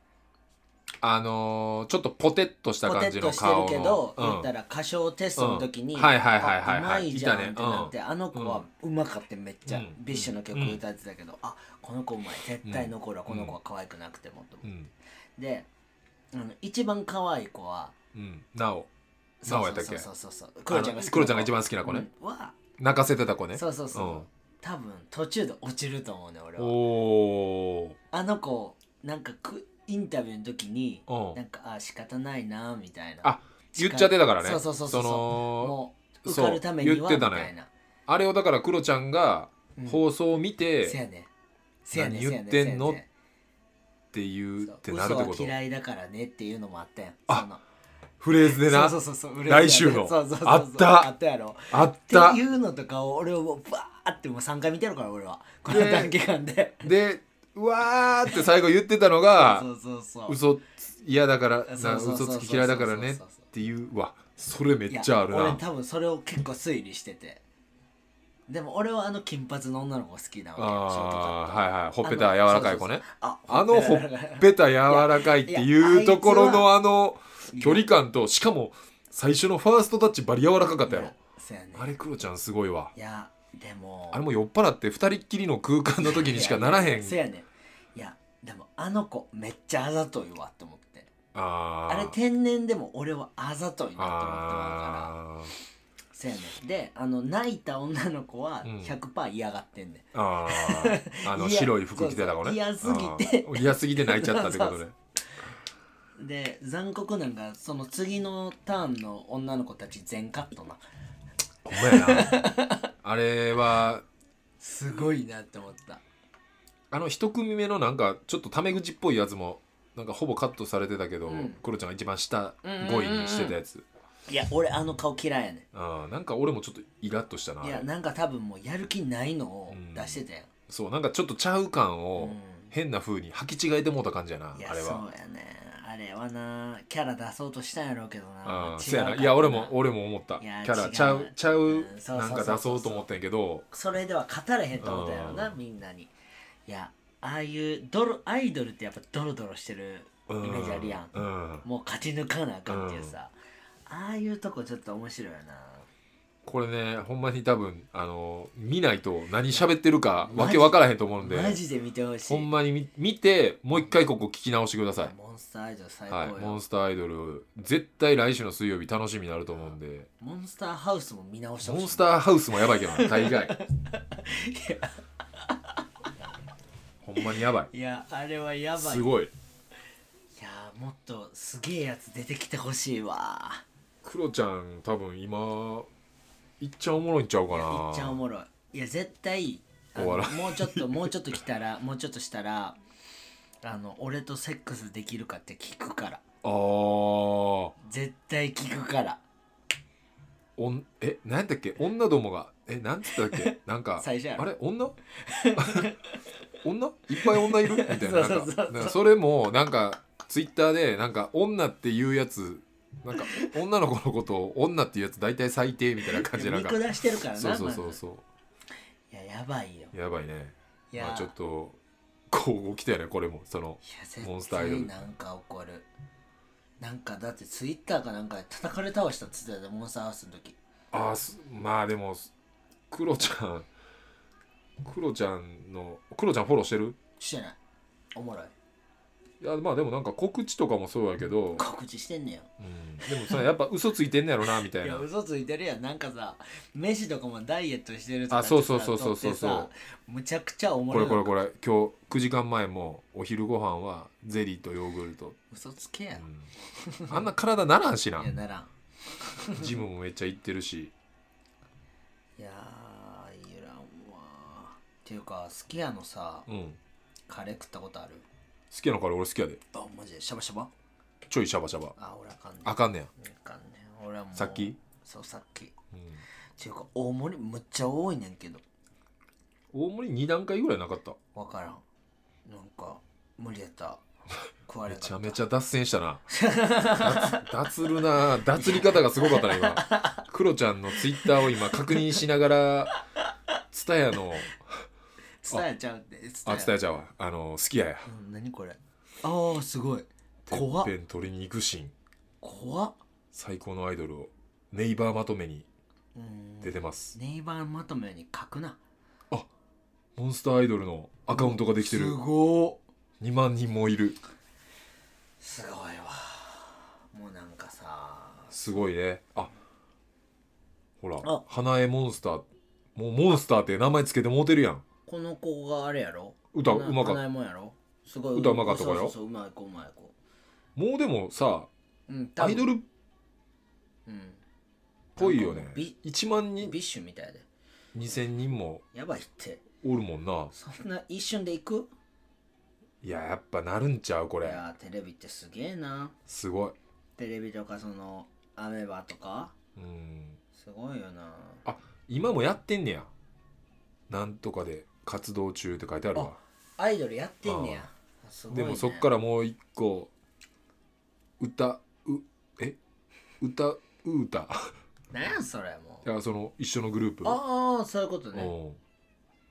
S2: あのーちょっとポテッとした
S1: ポテ
S2: 感じ
S1: ッ
S2: の
S1: としてる
S2: 顔
S1: けど
S2: の、
S1: 言ったら歌唱テストの時に、
S2: うんはいはいはいはいはい
S1: あうまいじゃんって
S2: いたねうん
S1: なって、あの子はうまかってめっちゃ、
S2: うん
S1: ビッシュの曲歌ってたけど、あこの子うまい絶対残るわ、
S2: うん
S1: この子は可愛くなくてもと思
S2: う
S1: っ
S2: ん
S1: て、であの一番可愛い子は
S2: うんなお
S1: そう
S2: なおやったっけ
S1: そうそうそうそうクロちゃんが好きな子
S2: あの黒ちゃんが一番好きな子ね、
S1: うんは、
S2: 泣かせてた子ね
S1: そうそうそう、
S2: うん
S1: 多分途中で落ちると思うね俺
S2: お
S1: は
S2: お
S1: あの子なんかくインタビューの時に
S2: ーう
S1: なんんかあ仕方ないなみたいな
S2: あ言っちゃってたからね
S1: そうそうそうそう
S2: の
S1: もう受
S2: そう
S1: かるためには
S2: 言
S1: み
S2: ってたのよ
S1: たいな、
S2: あれをだからクロちゃんが
S1: うん
S2: 放送を見て
S1: せやねせやね
S2: 何言ってんの
S1: せやね
S2: っていう
S1: そう
S2: ってなるってこ
S1: 嘘
S2: と
S1: は嫌いだからねっていうのもあったやん
S2: あ
S1: その
S2: フレーズでな
S1: そうそうそうそう
S2: 来週の
S1: そうそうそうそう
S2: あった
S1: あったやろ
S2: あっ
S1: って
S2: た
S1: いうのとかを俺をもうバーってもう3回見てるから俺はこの
S2: ね
S1: 短期間で
S2: でうわーって最後言ってたのが
S1: そうそうそう
S2: 嘘つ嫌だからな
S1: そうそうそう
S2: 嘘つき嫌いだからねっ
S1: そうそうそう
S2: ていううわそれめ
S1: いや
S2: っちゃある
S1: 俺
S2: な
S1: 多分それを結構推理しててでも俺はあの金髪の女の子が好きなわけよショートカッ
S2: あ
S1: ト
S2: ーはいはいほっぺた柔らかい子ねあ
S1: あ
S2: の
S1: のほ
S2: ほっ
S1: っぺた柔らかい
S2: ぺた柔らかいっていうところ
S1: いや
S2: のあの
S1: いや
S2: 距離感としかも最初のファーストタッチバリ柔らかかったや
S1: い
S2: ろ
S1: そうやね
S2: あれクロちゃんすごいわ
S1: いやでも
S2: あれも酔っ払って二人っきりの空間の時にしかならへん
S1: そやねいやでもあの子めっちゃあざといわと思って
S2: あ
S1: あれ天然でも俺はあざといなと思ってまうから
S2: あ
S1: そやねであの泣いた女の子は
S2: うん
S1: 100%嫌がってんね、
S2: あーあの
S1: いや
S2: 白い服着てた子ね
S1: そうそう嫌すぎて
S2: あー嫌すぎて泣いちゃったってこと
S1: そう
S2: ね
S1: そん、で残酷なんかその次のターンの女の子たち全カットな
S2: ほんまやなあれは
S1: すごいなって思った
S2: あの一組目のなんかちょっとタメ口っぽいやつもなんかほぼカットされてたけど、
S1: うん
S2: クロちゃんが一番下5位にしてたやつ、
S1: いや俺あの顔嫌いやね
S2: あーなんか俺もちょっとイラッとしたない
S1: やなんか多分もうやる気ないのを出してたやん、
S2: そうなんかちょっとちゃう感
S1: う
S2: を
S1: ん
S2: 変な風に履き違えてもうた感じやな、
S1: いや
S2: あれは
S1: そうやねあれはなキャラ出そうとしたんやろうけどな
S2: あー
S1: 違
S2: せや
S1: か
S2: な
S1: った
S2: いや俺も俺も思った
S1: い
S2: キ
S1: や
S2: ャラ
S1: 違う
S2: ちゃうちゃ
S1: う
S2: うん
S1: そうそうそうそう
S2: なんか出そうと思ってんけど
S1: それでは語れへんと思ったやろな
S2: う
S1: みんなにいやああいうドロアイドルってやっぱドロドロしてるイメージあるやん、
S2: うん
S1: もう勝ち抜かなあかんっていうさ、ああいうとこちょっと面白いよな
S2: これねほんまに多分あの見ないと何喋ってるかわけわからへんと思うんで
S1: マジで見てほしい
S2: ほんまにみ見てもう一回ここ聞き直してください
S1: モンスターアイドル最高よ、
S2: はい、モ
S1: モン
S2: ンスターアイドル絶対来週の水曜日楽しみになると思うんで
S1: スターハウスも見直してほ
S2: モ
S1: しい
S2: ンスターハウスもやばいけど な大概ほんまにやばい
S1: いやあれはやばい
S2: すごい
S1: いやもっとすげえやつ出てきてほしいわ
S2: クロちゃん多分今いっちゃんおもろいんちゃうか
S1: い
S2: な
S1: やいっちゃんおもろいいや絶対あの
S2: お笑い
S1: もうちょっともうちょっと来たらもうちょっとしたらあの俺とセックスできるかって聞くから
S2: あー
S1: 絶対聞くから
S2: おんえなんだっけ女どもがえなんつったっ けなんか
S1: 最初やろ
S2: あれ女 女いっぱい女 いるみたいななんか
S1: そうそうそうそう
S2: なんかそれもなんかツイッターでなんか女っていうやつなんか女の子のことを女っていうやつ大体最低みたいな感じでなん
S1: 見
S2: か
S1: 下してるからな
S2: そうそうそう
S1: まず
S2: そ
S1: いややばいよ
S2: うやばいね
S1: いや,、
S2: まあ、ちょっとこう来たよねこれもその
S1: いや
S2: モン
S1: 絶
S2: スターアイド
S1: 対
S2: ル
S1: なんか起こるなんかだってツイッターかなんかで叩かれ倒したっつってたよモンスターハウスの時
S2: あーすまあでもクロちゃんクロちゃんのクロちゃんフォローしてる
S1: してないおもろい
S2: いやまあでもなんか告知とかもそうやけど、
S1: 告知してんね
S2: うん、でもさやっぱ嘘ついてんねやろなみた
S1: や
S2: い
S1: いや
S2: な
S1: 嘘ついてるやんなんかさ飯とかもダイエットしてるとか
S2: あそうそうそうそうそうそう
S1: 撮ってさむちゃくちゃおも
S2: こ
S1: ろ
S2: れ
S1: い
S2: これこれ今日9時間前もお昼ご飯はゼリーとヨーグルト、
S1: 嘘つけやん、
S2: うんあんな体ならんしない
S1: やならん
S2: ジムもめっちゃ行ってるし
S1: いやーいらんわっていうかすき家のさ
S2: うん
S1: カレー食ったことある
S2: 好きやのから俺好きやで
S1: あマジでシャバシャバ
S2: ちょいシャバシャバ
S1: あ俺あかんねん
S2: あかんねや
S1: あかんねん俺はもう
S2: さっき
S1: そうさっき
S2: うん
S1: っていうか大盛りむっちゃ多いねんけど
S2: 大盛り2段階ぐらいなかった
S1: わからんなんか無理やった食われ
S2: め
S1: なかっ
S2: ち
S1: た
S2: ゃめちゃ脱線したな脱脱るな脱り方がすごかったな今 クロちゃんのツイッターを今確認しながらツタヤの
S1: 伝えちゃうって伝
S2: あツタヤちゃんはあの好きやや
S1: うん、何これああすごい怖って
S2: っぺん取りに行くシーン
S1: 怖っ
S2: 最高のアイドルをネイバーまとめに
S1: うーん
S2: 出てます、
S1: ネイバーまとめに書くな
S2: モンスターアイドルのアカウントができてる
S1: すごー
S2: 2万人もいる
S1: すごいわもうなんかさ
S2: すごいねあほら
S1: あ
S2: 花江モンスターもうモンスターって名前つけてもうてるやん
S1: この子があれやろ
S2: 歌
S1: な
S2: うまかっ
S1: な
S2: た
S1: いもんやろすごい
S2: 歌うまかった子やろ
S1: そうそうそううまい子うまい子
S2: もうでもさ
S1: うん
S2: アイド
S1: ル
S2: ルっ
S1: うん
S2: ぽいよ
S1: な
S2: ね
S1: んかもうビ
S2: 1万人
S1: ビッシュみたいで
S2: 2000人も
S1: やばいって
S2: おるもんな
S1: そんな一瞬で行く
S2: いややっぱなるんちゃうこ
S1: い
S2: れ
S1: やーテレビってすげえな
S2: すごい
S1: テレビとかそのアメバとか
S2: うん
S1: すごいよな
S2: 今もやってんねやなんとかで活動中って書いてあるわ
S1: アイドルやってんねやすごい、ね、
S2: でもそっかららもう一個歌うえ歌う歌
S1: なんやそれも
S2: いうやその一緒のグループ
S1: ああそういうことね
S2: うん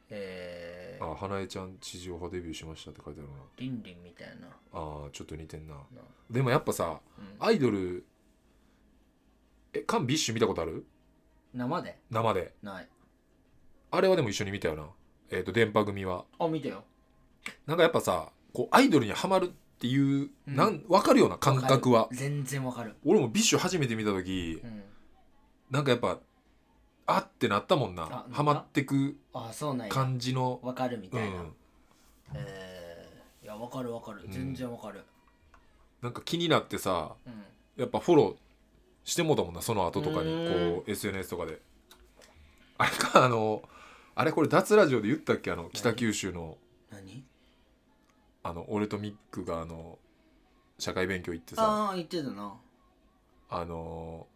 S1: えー、
S2: あ花江ちゃん地上波デビューしましたって書いてあるな
S1: リンリンみたいな
S2: あーちょっと似てんな
S1: な
S2: でもやっぱさ
S1: うん
S2: アイドルえカンビッシュ見たことある
S1: 生で
S2: 生で
S1: ない
S2: あれはでも一緒に見たよなえっ、と電波組は
S1: あ見てよ
S2: なんかやっぱさこうアイドルにはまるっていう、
S1: うん
S2: なん分かるような感覚は
S1: 全然わかる
S2: 俺もビッシュ初めて見た時
S1: うん
S2: なんかやっぱあってなったもん
S1: あな
S2: なん
S1: だ
S2: ハマってく
S1: あそうなんや
S2: 感じの
S1: わかるみ
S2: う
S1: たいな、
S2: ん
S1: えー、いやわかるわかる
S2: うん
S1: 全然わかる
S2: なんか気になってさ
S1: うん、
S2: やっぱフォローしてもだもんなその後とかに
S1: うん
S2: こう SNS とかであれかあのあれこれ脱ラジオで言ったっけあの北九州の
S1: 何
S2: あの俺とミックがあの社会勉強行ってさ
S1: ああ言ってたな
S2: あの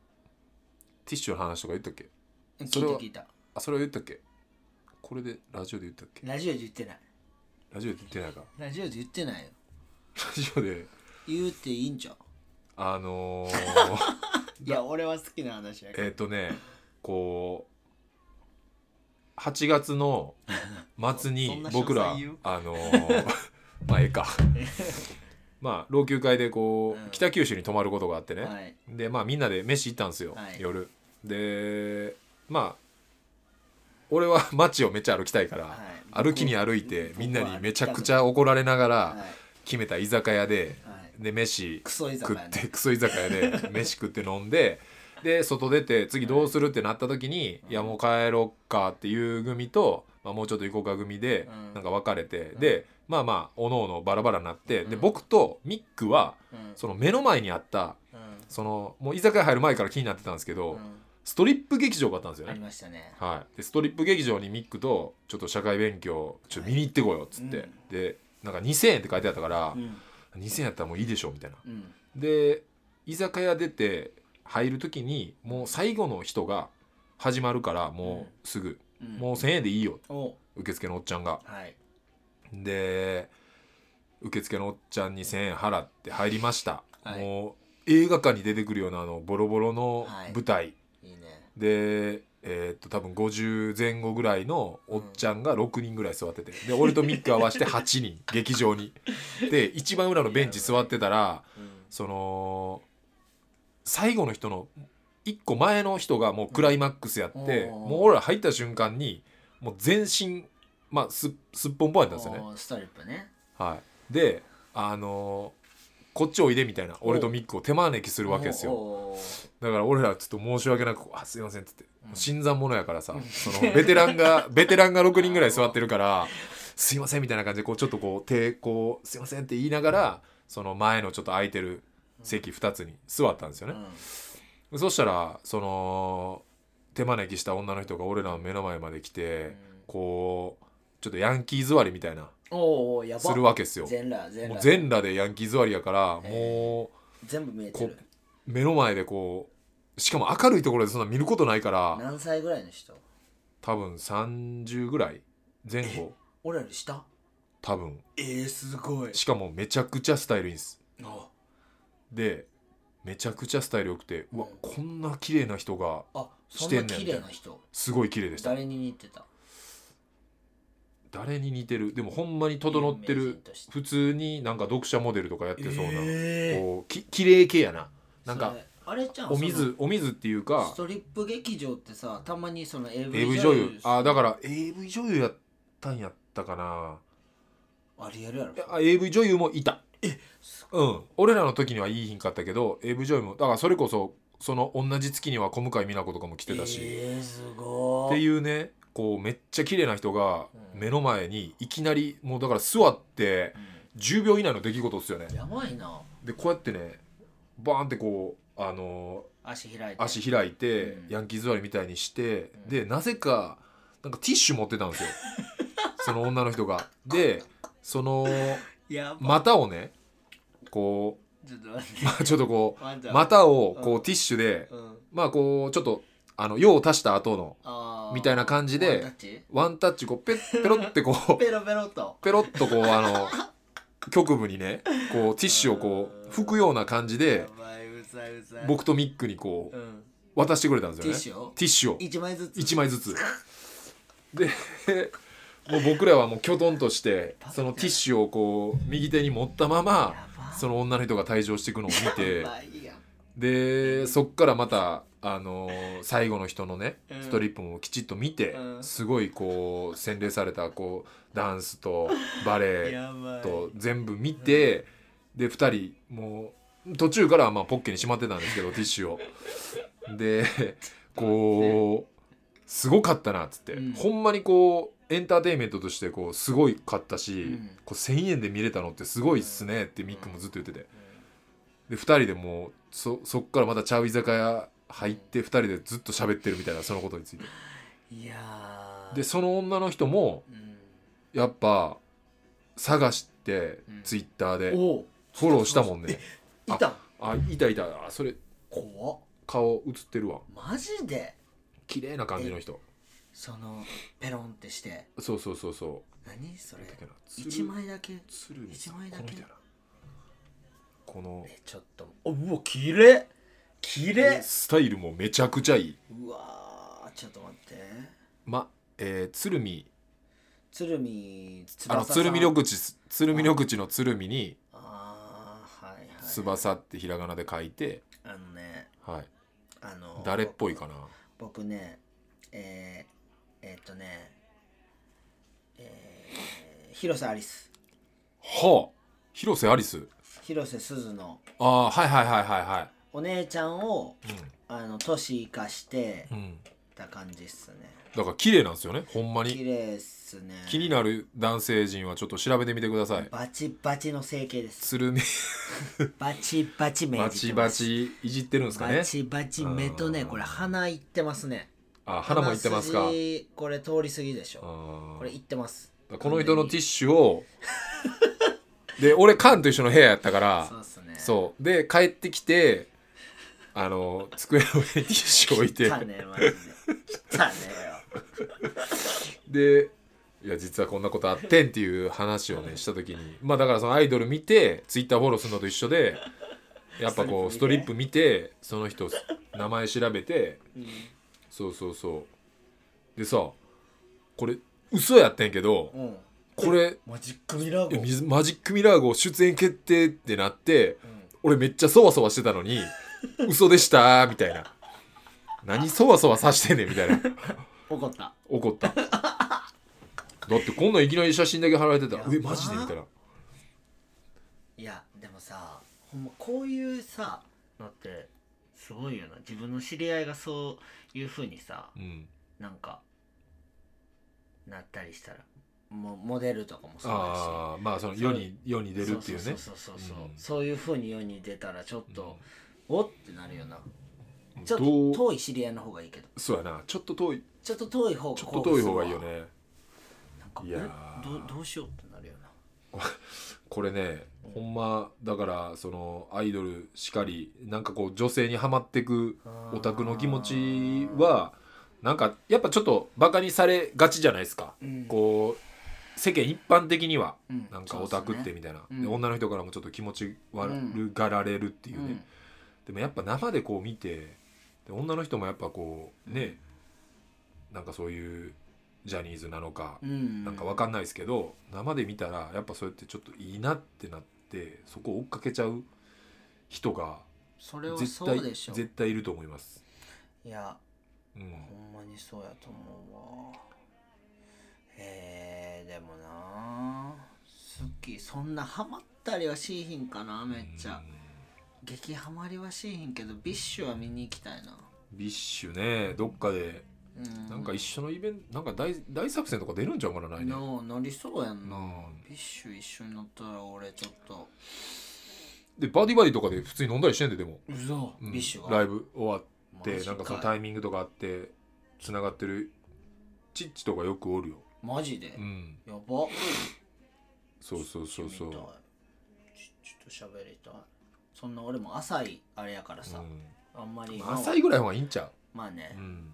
S2: ティッシュの話とか言ったっけ
S1: 聞い
S2: それは
S1: た聞いた
S2: あそれは言ったっけこれでラジオで言ったっけ
S1: ラジオで言ってない
S2: ラジオで言ってないか
S1: ラジオで言ってないよ
S2: ラジオで
S1: 言うていいんちゃう
S2: あのー
S1: いや俺は好きな話やけど
S2: えっとねこう8月の 末
S1: そん
S2: に
S1: な詳細
S2: 僕ら
S1: 言う
S2: あのー まあえ えかまあ老朽会でこう、
S1: うん
S2: 北九州に泊まることがあってね、
S1: はい
S2: でまあみんなで飯行ったんですよ、
S1: はい
S2: 夜でまあ俺は 街をめっちゃ歩きたいから、
S1: はい
S2: 歩きに歩いてみんなにめちゃくちゃ怒られながら決めた居酒屋で、
S1: はいはい
S2: で飯
S1: クソ居酒
S2: 食
S1: 屋
S2: っ
S1: ね
S2: てクソ居酒屋で飯食って飲んでで外出て次どうするってなった時に、い、やもう帰ろっかっていう組と、まあ、もうちょっと行こうか組で、
S1: うん
S2: なんか別れて、
S1: うん
S2: でまあまあおのおのバラバラになって、で
S1: うん
S2: 僕とミックは
S1: うん
S2: その目の前にあった
S1: う
S2: そのもう居酒屋入る前から気になってたんですけど、
S1: んうん
S2: ストリップ劇場があったんですよ
S1: あり
S2: ね。
S1: ましたね
S2: はい、でストリップ劇場にミックとちょっと社会勉強ちょっと見に行ってこようっつって、
S1: はいうん
S2: でなんか2,000円って書いてあったから
S1: う、ん
S2: 2,000円やったらもういいでしょみたいな
S1: うん
S2: で居酒屋出て入る時にもう最後の人が始まるからもうすぐ、
S1: うん
S2: もう1,000円でいいよ
S1: お
S2: 受付のおっちゃんが。
S1: はい
S2: で受付のおっちゃんに1,000円払って入りました、
S1: はい
S2: もう映画館に出てくるようなあのボロボロの舞台、
S1: いいね
S2: でえーっと多分50前後ぐらいのおっちゃんが6人ぐらい座っててで俺とミック合わせて8人劇場に。で一番裏のベンチ座ってたら
S1: うん
S2: その最後の人の1個前の人がもうクライマックスやって、
S1: うん
S2: もう俺ら入った瞬間にもう全身まあすすっぽんぽんやったんですよね。
S1: おーストリップね
S2: はい、であのこっちおいでみたいな俺とミックを手招きするわけですよ
S1: おー
S2: だから俺らちょっと申し訳なく「あすいません」っつって
S1: うん
S2: 新参者やからさそのベテランが ベテランが6人ぐらい座ってるから「すいません」みたいな感じでこうちょっとこう手こう「すいません」って言いながらその前のちょっと空いてる席2つに座ったんですよね。そしたらその手招きした女の人が俺らの目の前まで来
S1: う
S2: て
S1: ん
S2: こうちょっとヤンキー座りみたいな
S1: おーやば
S2: するわけですよ。
S1: 全裸全
S2: もう
S1: 裸
S2: 全裸でヤンキー座りやから
S1: へ
S2: もう
S1: 全部見えて
S2: こ
S1: る
S2: う目の前でこうしかも明るいところでそんな見ることないから
S1: 何歳ぐらいの人
S2: 多分30ぐらい前後
S1: 俺らより下
S2: 多分
S1: えー、すごい
S2: しかもめちゃくちゃスタイルいいんです
S1: あ
S2: でめちゃくちゃスタイル良くてうわ
S1: うん
S2: こんな綺麗な人が
S1: あそ
S2: し
S1: ん
S2: て
S1: なん
S2: ねん
S1: 綺麗な人
S2: すごい綺麗でした
S1: 誰に似てた
S2: 誰に似てるでもほんまに整って
S1: 有名人
S2: る
S1: として
S2: 普通になんか読者モデルとかやってそうな、
S1: え
S2: こうき綺麗系やな
S1: ー
S2: なんか
S1: それあれじゃん
S2: お水お水っていうか
S1: ストリップ劇場ってさたまにその AV
S2: AV
S1: 女
S2: 女
S1: 優
S2: 優あだから AV 女優やったんやったかな
S1: ありえるやろ
S2: いや AV 女優もいた
S1: す
S2: うん俺らの時にはいいひんかったけど AV 女優もだからそれこそその同じ月には小向井美奈子とかも来てたし、
S1: えー、すご
S2: って
S1: い
S2: いうねこうめっちゃ綺麗な人が
S1: うん
S2: 目の前にいきなりもうだから座って10秒以内の出来事ですよね
S1: うんやばいな
S2: でこうやってねバーンってこうあの
S1: 足開いて
S2: 足開いて、
S1: うん
S2: ヤンキー座りみたいにして、
S1: うん
S2: でなぜかなんかティッシュ持ってた んですよその女の人が。でその
S1: やば
S2: 股をねこ
S1: ちょっと待って
S2: う、ま あ、ちょっとこ
S1: ワンち
S2: う
S1: ゃん
S2: 股をこ
S1: う
S2: うティッシュで、
S1: うん
S2: まあこうちょっとあの用を足した後の
S1: あー
S2: みたいな感じで
S1: ワンタッチ
S2: ワンタッチこうペッペロってこ う
S1: ペロペロと
S2: ペロッとこうあの局部にねこうティッシュをこう拭くような感じ
S1: や
S2: で
S1: ばいうざいうざい
S2: 僕とミックにこ
S1: う
S2: うん渡してくれたんです
S1: ティ
S2: よ
S1: ッ
S2: ね
S1: シュを
S2: ティッ
S1: 一
S2: シュを
S1: 枚ずつ
S2: 1枚ずつでもう僕らはもうきょとんとしてそのティッシュをこう右手に持ったまま
S1: やば
S2: その女の人が退場していくのを見て
S1: やばいやん
S2: でそっからまた、あのー最後の人のね
S1: うん
S2: ストリップもきちっと見て、
S1: うん
S2: すごいこう洗礼されたこうダンスとバレエ
S1: やばい
S2: と全部見て、で2人もう途中からはまあポッケにしまってたんですけどティッシュを。でこうすごかったなっつって、
S1: うん
S2: ほんまにこうエンターテインメントとしてこうすごいかったし、
S1: うん
S2: こう1,000円で見れたのってすごいっすねってミックもずっと言ってて。で2人でもうそそっからまたちゃう居酒屋入って2人でずっと喋ってるみたいなそのことについて
S1: いやー
S2: でその女の人も
S1: うん
S2: やっぱ探して
S1: うん
S2: ツイッターで
S1: おう
S2: フォローしたもんね
S1: いた
S2: あいたいたあそれ
S1: 怖っ
S2: 顔映ってるわ
S1: マジで
S2: 綺麗な感じの人
S1: そのペロンってして
S2: そうそうそうそう
S1: 何それ
S2: だけどつる
S1: 一枚だけ
S2: 鶴見さん
S1: 一枚だけ
S2: この人やなこの
S1: えちょっとあうわ綺麗綺麗
S2: スタイルもめちゃくちゃいいう
S1: わーちょっと待って
S2: まえー、鶴見
S1: 鶴見
S2: あ
S1: 翼
S2: の
S1: さん
S2: 鶴見緑地鶴見緑地の鶴見に
S1: あーはいはい
S2: 翼ってひらがなで書いて、
S1: あのね
S2: はい、
S1: あの
S2: 誰っぽいかな
S1: 僕ねえー、えーっとねえー、広瀬アリス
S2: はあ広瀬アリス
S1: 広瀬すずの
S2: ああーはいはいはいはいは
S1: お姉ちゃんを
S2: い
S1: あの年生かして
S2: うん、うん、
S1: た感じっすね
S2: だから綺麗なんですよねほんま
S1: 綺
S2: に
S1: 麗っすね
S2: 気になる男性陣はちょっと調べてみてください
S1: バチバチの整形です
S2: 鶴見
S1: バチバチ目
S2: バ
S1: いじっ
S2: チ
S1: て
S2: バ
S1: ます
S2: チいじってるんですかね
S1: バチバチ目とねこれ鼻いってますね
S2: あ花もいってますか
S1: 鼻筋これ通り過ぎでし
S2: あ
S1: ょ
S2: ー
S1: これいってます
S2: この人のティッシ ュをで俺カンと一緒の部屋やったから
S1: そうっすねう
S2: そうで帰ってきてあの机の上にティッシュ置いて
S1: 汚ねマジで汚ねよ
S2: でいや実はこんなことあってんっていう話をねした時にまあだからそのアイドル見てツイッターフォローするのと一緒 でやっぱこうス
S1: ス
S2: ト
S1: トリ
S2: リッ
S1: ッ
S2: プ
S1: プ
S2: 見てその人名前調べて
S1: うん
S2: そうそうそうでさこれ嘘やってんけど
S1: うん
S2: これ
S1: マジックミラー
S2: え
S1: 号
S2: みマジックミラー号出演決定ってなって
S1: うん
S2: 俺めっちゃそわそわしてたのに嘘でしたみたいな何そわそわさしてんねんみたいな
S1: 怒った
S2: 怒っただってこんなんいきなり写真だけ貼られてたら「
S1: やば
S2: えマジで?」みたいな
S1: ほんまこういうさのってすごいよな自分の知り合いがそういうふうにさ
S2: うん、
S1: なんかなったりしたらもモデルとかもそうだし
S2: ああまあその世に世に出るっていうね
S1: そうそうそうそう、
S2: うん
S1: そういうふうに世に出たらちょっと、おってなるよな
S2: うん
S1: ちょっ
S2: どう
S1: と遠い知り合いの方がいいけど
S2: そうやなちょっと遠い
S1: ちょっと遠い方が
S2: ちょっと遠い方がいいよ
S1: ね
S2: ね
S1: なんか
S2: いや
S1: え
S2: ー
S1: どどうしようってなるよな
S2: これねほんまだからそのアイドルしかりなんかこう女性にはまってくオタクの気持ちはなんかやっぱちょっとバカにされがちじゃないですか
S1: うん
S2: こう世間一般的には
S1: うん
S2: なんかオタクってみたいな、
S1: うん
S2: で女の人からもちょっと気持ち悪がられるっていうね、
S1: うん
S2: でもやっぱ生でこう見てで女の人もやっぱこうねなんかそういうジャニーズなのか、
S1: うん
S2: なんかわかんないですけど生で見たらやっぱそうやってちょっといいなってなってそこを追っかけちゃう人が
S1: それは
S2: 絶
S1: そ
S2: 対
S1: うでしょ
S2: 絶対いると思います。
S1: いや
S2: うん
S1: ほんまにそうやと思うわえー、でもな好きそんなハマったりはしーひんかなめっちゃ、激ハマりはしーひんけどビッシュは見に行きたいな
S2: ビッシュねどっかで
S1: うん
S2: なんか一緒のイベントなんか大大作戦とか出るんちゃうかな来年
S1: のなりそうやんな、
S2: うん
S1: ビッシュ一緒になったら俺ちょっと
S2: でバディバディとかで普通に飲んだりしてんででも、
S1: うそ、
S2: うん
S1: ビッシュが
S2: ライ
S1: ブ
S2: ブ終わってなんかそのタイミングとかあってつながってるチッチとかよくおるよ
S1: マジで、
S2: うん
S1: やば
S2: そうそうそうそ
S1: ちょ
S2: う
S1: っと喋りたいそんな俺も浅いあれやからさ、あんま
S2: う
S1: り
S2: ん、浅いぐらいの方がいいんちゃ
S1: まあ
S2: う、
S1: ね
S2: う、ん、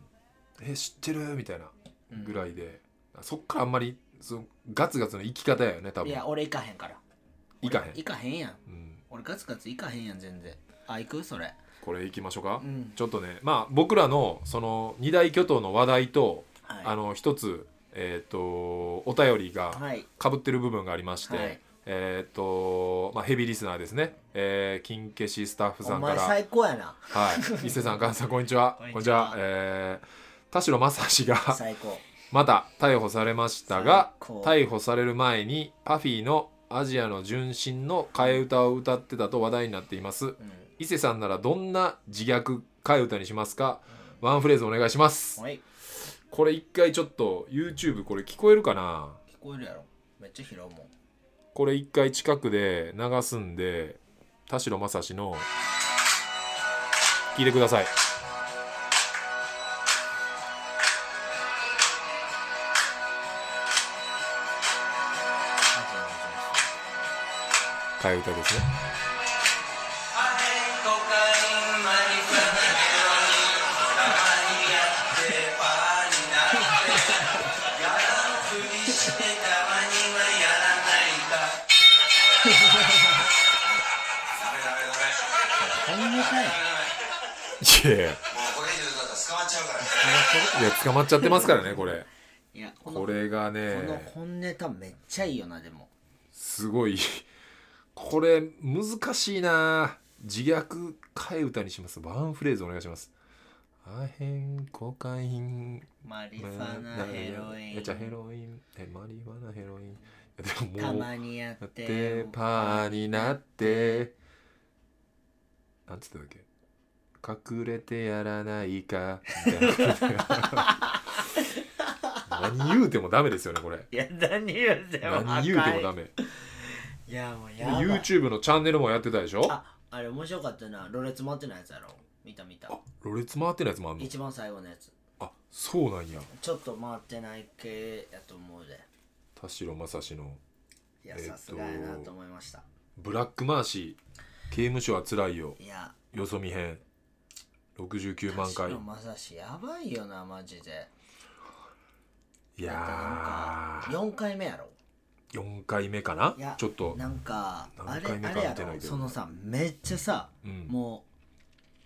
S2: え知ってるみたいな
S1: うん
S2: ぐらいで、そっからあんまりそのガツガツの生き方やよね多
S1: い
S2: 分
S1: や俺行かへんから
S2: 行かへん
S1: 行かへんやん
S2: うん、
S1: 俺ガツガツ行かへんやん全然あ行くそれ
S2: これ行きましょうか、
S1: うん
S2: ちょっとねまあ僕らのその二大巨頭の話題と
S1: はい
S2: あの一つ、えー、とお便りが
S1: はい
S2: かぶってる部分がありまして、
S1: はい
S2: えーとまあ、ヘビーリスナーですね、えー金消しスタッフ
S1: お
S2: さんか
S1: 前
S2: ら、
S1: 最高やな
S2: はい、 伊勢さん、菅さん、こんにちは。
S1: こんにちは
S2: えー田代正史が
S1: 最高
S2: また逮捕されましたが
S1: 最高
S2: 逮捕される前にパフィーの「アジアの純真」の替え歌を歌ってたと話題になっています
S1: うん
S2: 伊勢さんならどんな自虐替え歌にしますかワンフレーズお願いします
S1: はい
S2: これ一回ちょっと YouTube これ聞こえるかな
S1: 聞こえるやろめっちゃ拾うもん
S2: これ一回近くで流すんで田代正史の聞いてください
S1: あ
S2: 替え歌ですね
S1: 本音かい
S2: いやいやいや捕まっちゃってますからねこれ
S1: いやこの
S2: これが
S1: こ
S2: ね
S1: の本ネタめっちゃいいよなでも
S2: すごいこれ難しいな自虐替え歌にしますワンフレーズお願いしますアヘンコカイン
S1: マリファナヘロイ
S2: めっちゃヘ
S1: ン
S2: ロインえマリファナヘロインいやで
S1: た
S2: ももう
S1: まにや
S2: や
S1: っ
S2: っててパーになってなんつったんだっけ隠れてやらないかみたいな何言うてもダメですよねこれ
S1: いや何言うても
S2: 何言うてもダ
S1: メ
S2: メ
S1: いやもうやばい
S2: YouTube のチャンネルもやってたでしょ
S1: ああれ面白かったなろれつ回ってないやつやろ見た見た
S2: あろれつ回ってないやつもあんの
S1: 一番最後のやつ
S2: あそうなんや
S1: ちょっと回ってない系やと思うで
S2: 田代正史の
S1: いや
S2: えっと
S1: さすがやなと思いました
S2: 「ブラックマーシー刑務所はつらいよ
S1: いや
S2: よそ見編」69万
S1: 田
S2: 回
S1: 代正史やばいよなマジでだってなん
S2: いや
S1: か
S2: ー
S1: 4回目やろ
S2: 4回目かない
S1: や
S2: ちょっと
S1: なんかあ
S2: 何
S1: れ
S2: 回目
S1: あ
S2: か
S1: れ
S2: は
S1: や
S2: 見てない
S1: ろ
S2: けど
S1: そのさめっちゃさ
S2: うん
S1: もう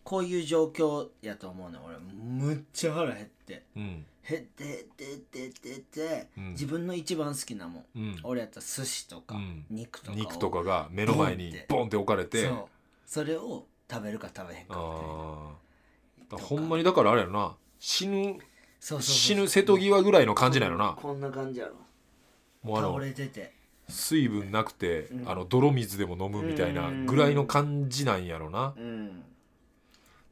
S1: こういう状況やと思うの俺むっちゃ腹減って
S2: うん
S1: 減って減って減って減って減って、
S2: うん
S1: 自分の一番好きなもん、
S2: うん
S1: 俺やったら寿司とか、
S2: うん
S1: 肉とかを
S2: 肉とかが目の前にボンって置かれて
S1: そうそれを食べるか食べへんかみたいな
S2: あーほんまにだからあれやろな死ぬ
S1: そうそうそう
S2: 死ぬ瀬戸際ぐらいの感じなんやろな
S1: こんな感じやろ
S2: もうあ
S1: 倒
S2: の
S1: れてて
S2: 水分なくて、
S1: うん
S2: あの泥水でも飲むみたいなぐらいの感じなんやろな、
S1: うん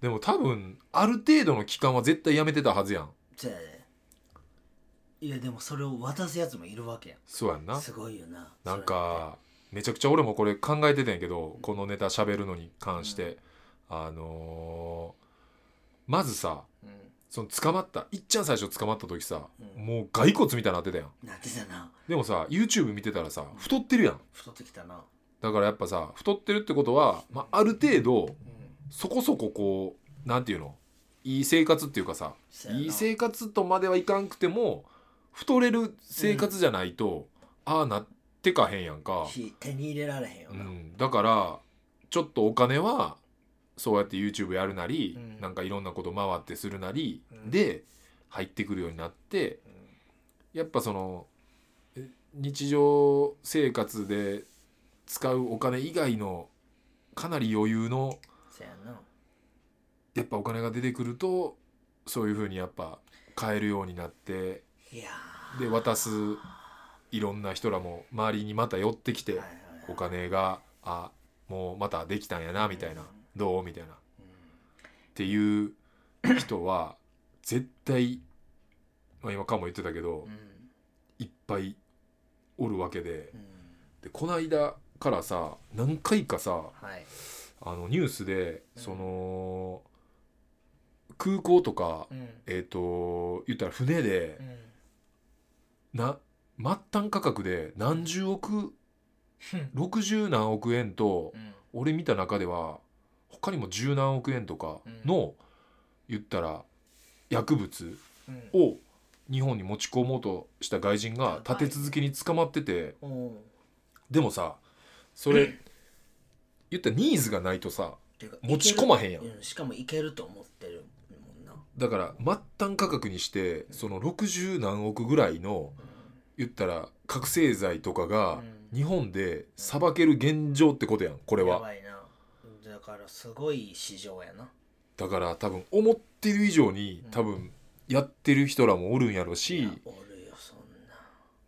S2: でも多分ある程度の期間は絶対やめてたはずやん
S1: そうやでいやでもそれを渡すやつもいるわけや
S2: そうやんなん
S1: すごいよな
S2: なんかめちゃくちゃ俺もこれ考えてたんやけどこのネタ喋るのに関して、あのーまずさ
S1: それって
S2: その捕まったいっちゃん最初捕まった時さ、
S1: うん
S2: もう骸骨みたいになってたやん
S1: うんなってたな
S2: でもさ YouTube 見てたらさ太ってるやん
S1: 太ってきたな
S2: だからやっぱさ太ってるってことは、まあ、ある程度
S1: うん
S2: そこそここうなんていうのいい生活っていうかさ
S1: そうやない
S2: い生活とまではいかんくても太れる生活じゃないと、ああなってかへんやんか、
S1: し手に入れられへんよ
S2: う
S1: な、
S2: ん、だからちょっとお金はそうやって YouTube やるなり、
S1: うん
S2: なんかいろんなこと回ってするなり、
S1: うん
S2: で入ってくるようになってやっぱそのえ日常生活で使うお金以外のかなり余裕の
S1: そやな
S2: やっぱお金が出てくるとそういうふうにやっぱ買えるようになって
S1: いや
S2: で渡すいろんな人らも周りにまた寄ってき
S1: ー
S2: て
S1: はいはいはい
S2: お金があもうまたできたんやなみたいな
S1: うん
S2: どうみたいなっ
S1: う
S2: ていう人は絶対、まあ、今かも言ってたけど
S1: ん
S2: いっぱいおるわけで
S1: うん
S2: でこないだからさ何回かさ
S1: はい
S2: あのニュースで
S1: うん
S2: その空港とか
S1: うん
S2: えっ、と言ったら船で
S1: うん
S2: な末端価格で何十億60何億円と
S1: うん
S2: 俺見た中では他にも十何億円とかの言ったら薬物
S1: うん
S2: を日本に持ち込もうとした外人が立て続けに捕まってて
S1: おう
S2: でもさそ れ言ったらニーズがないとさ
S1: ていうか
S2: 持ち込まへんやん
S1: うしかもいけると思ってるもんな、
S2: だから末端価格にしてその60何億ぐらいの言ったら覚醒剤とかが
S1: うん
S2: 日本で裁ける現状ってことやんこれ
S1: や
S2: は
S1: ばいなだからすごい市場やな
S2: だから多分思ってる以上に
S1: うん
S2: 多分やってる人らもおるんやろ
S1: い
S2: し
S1: やおるよそんな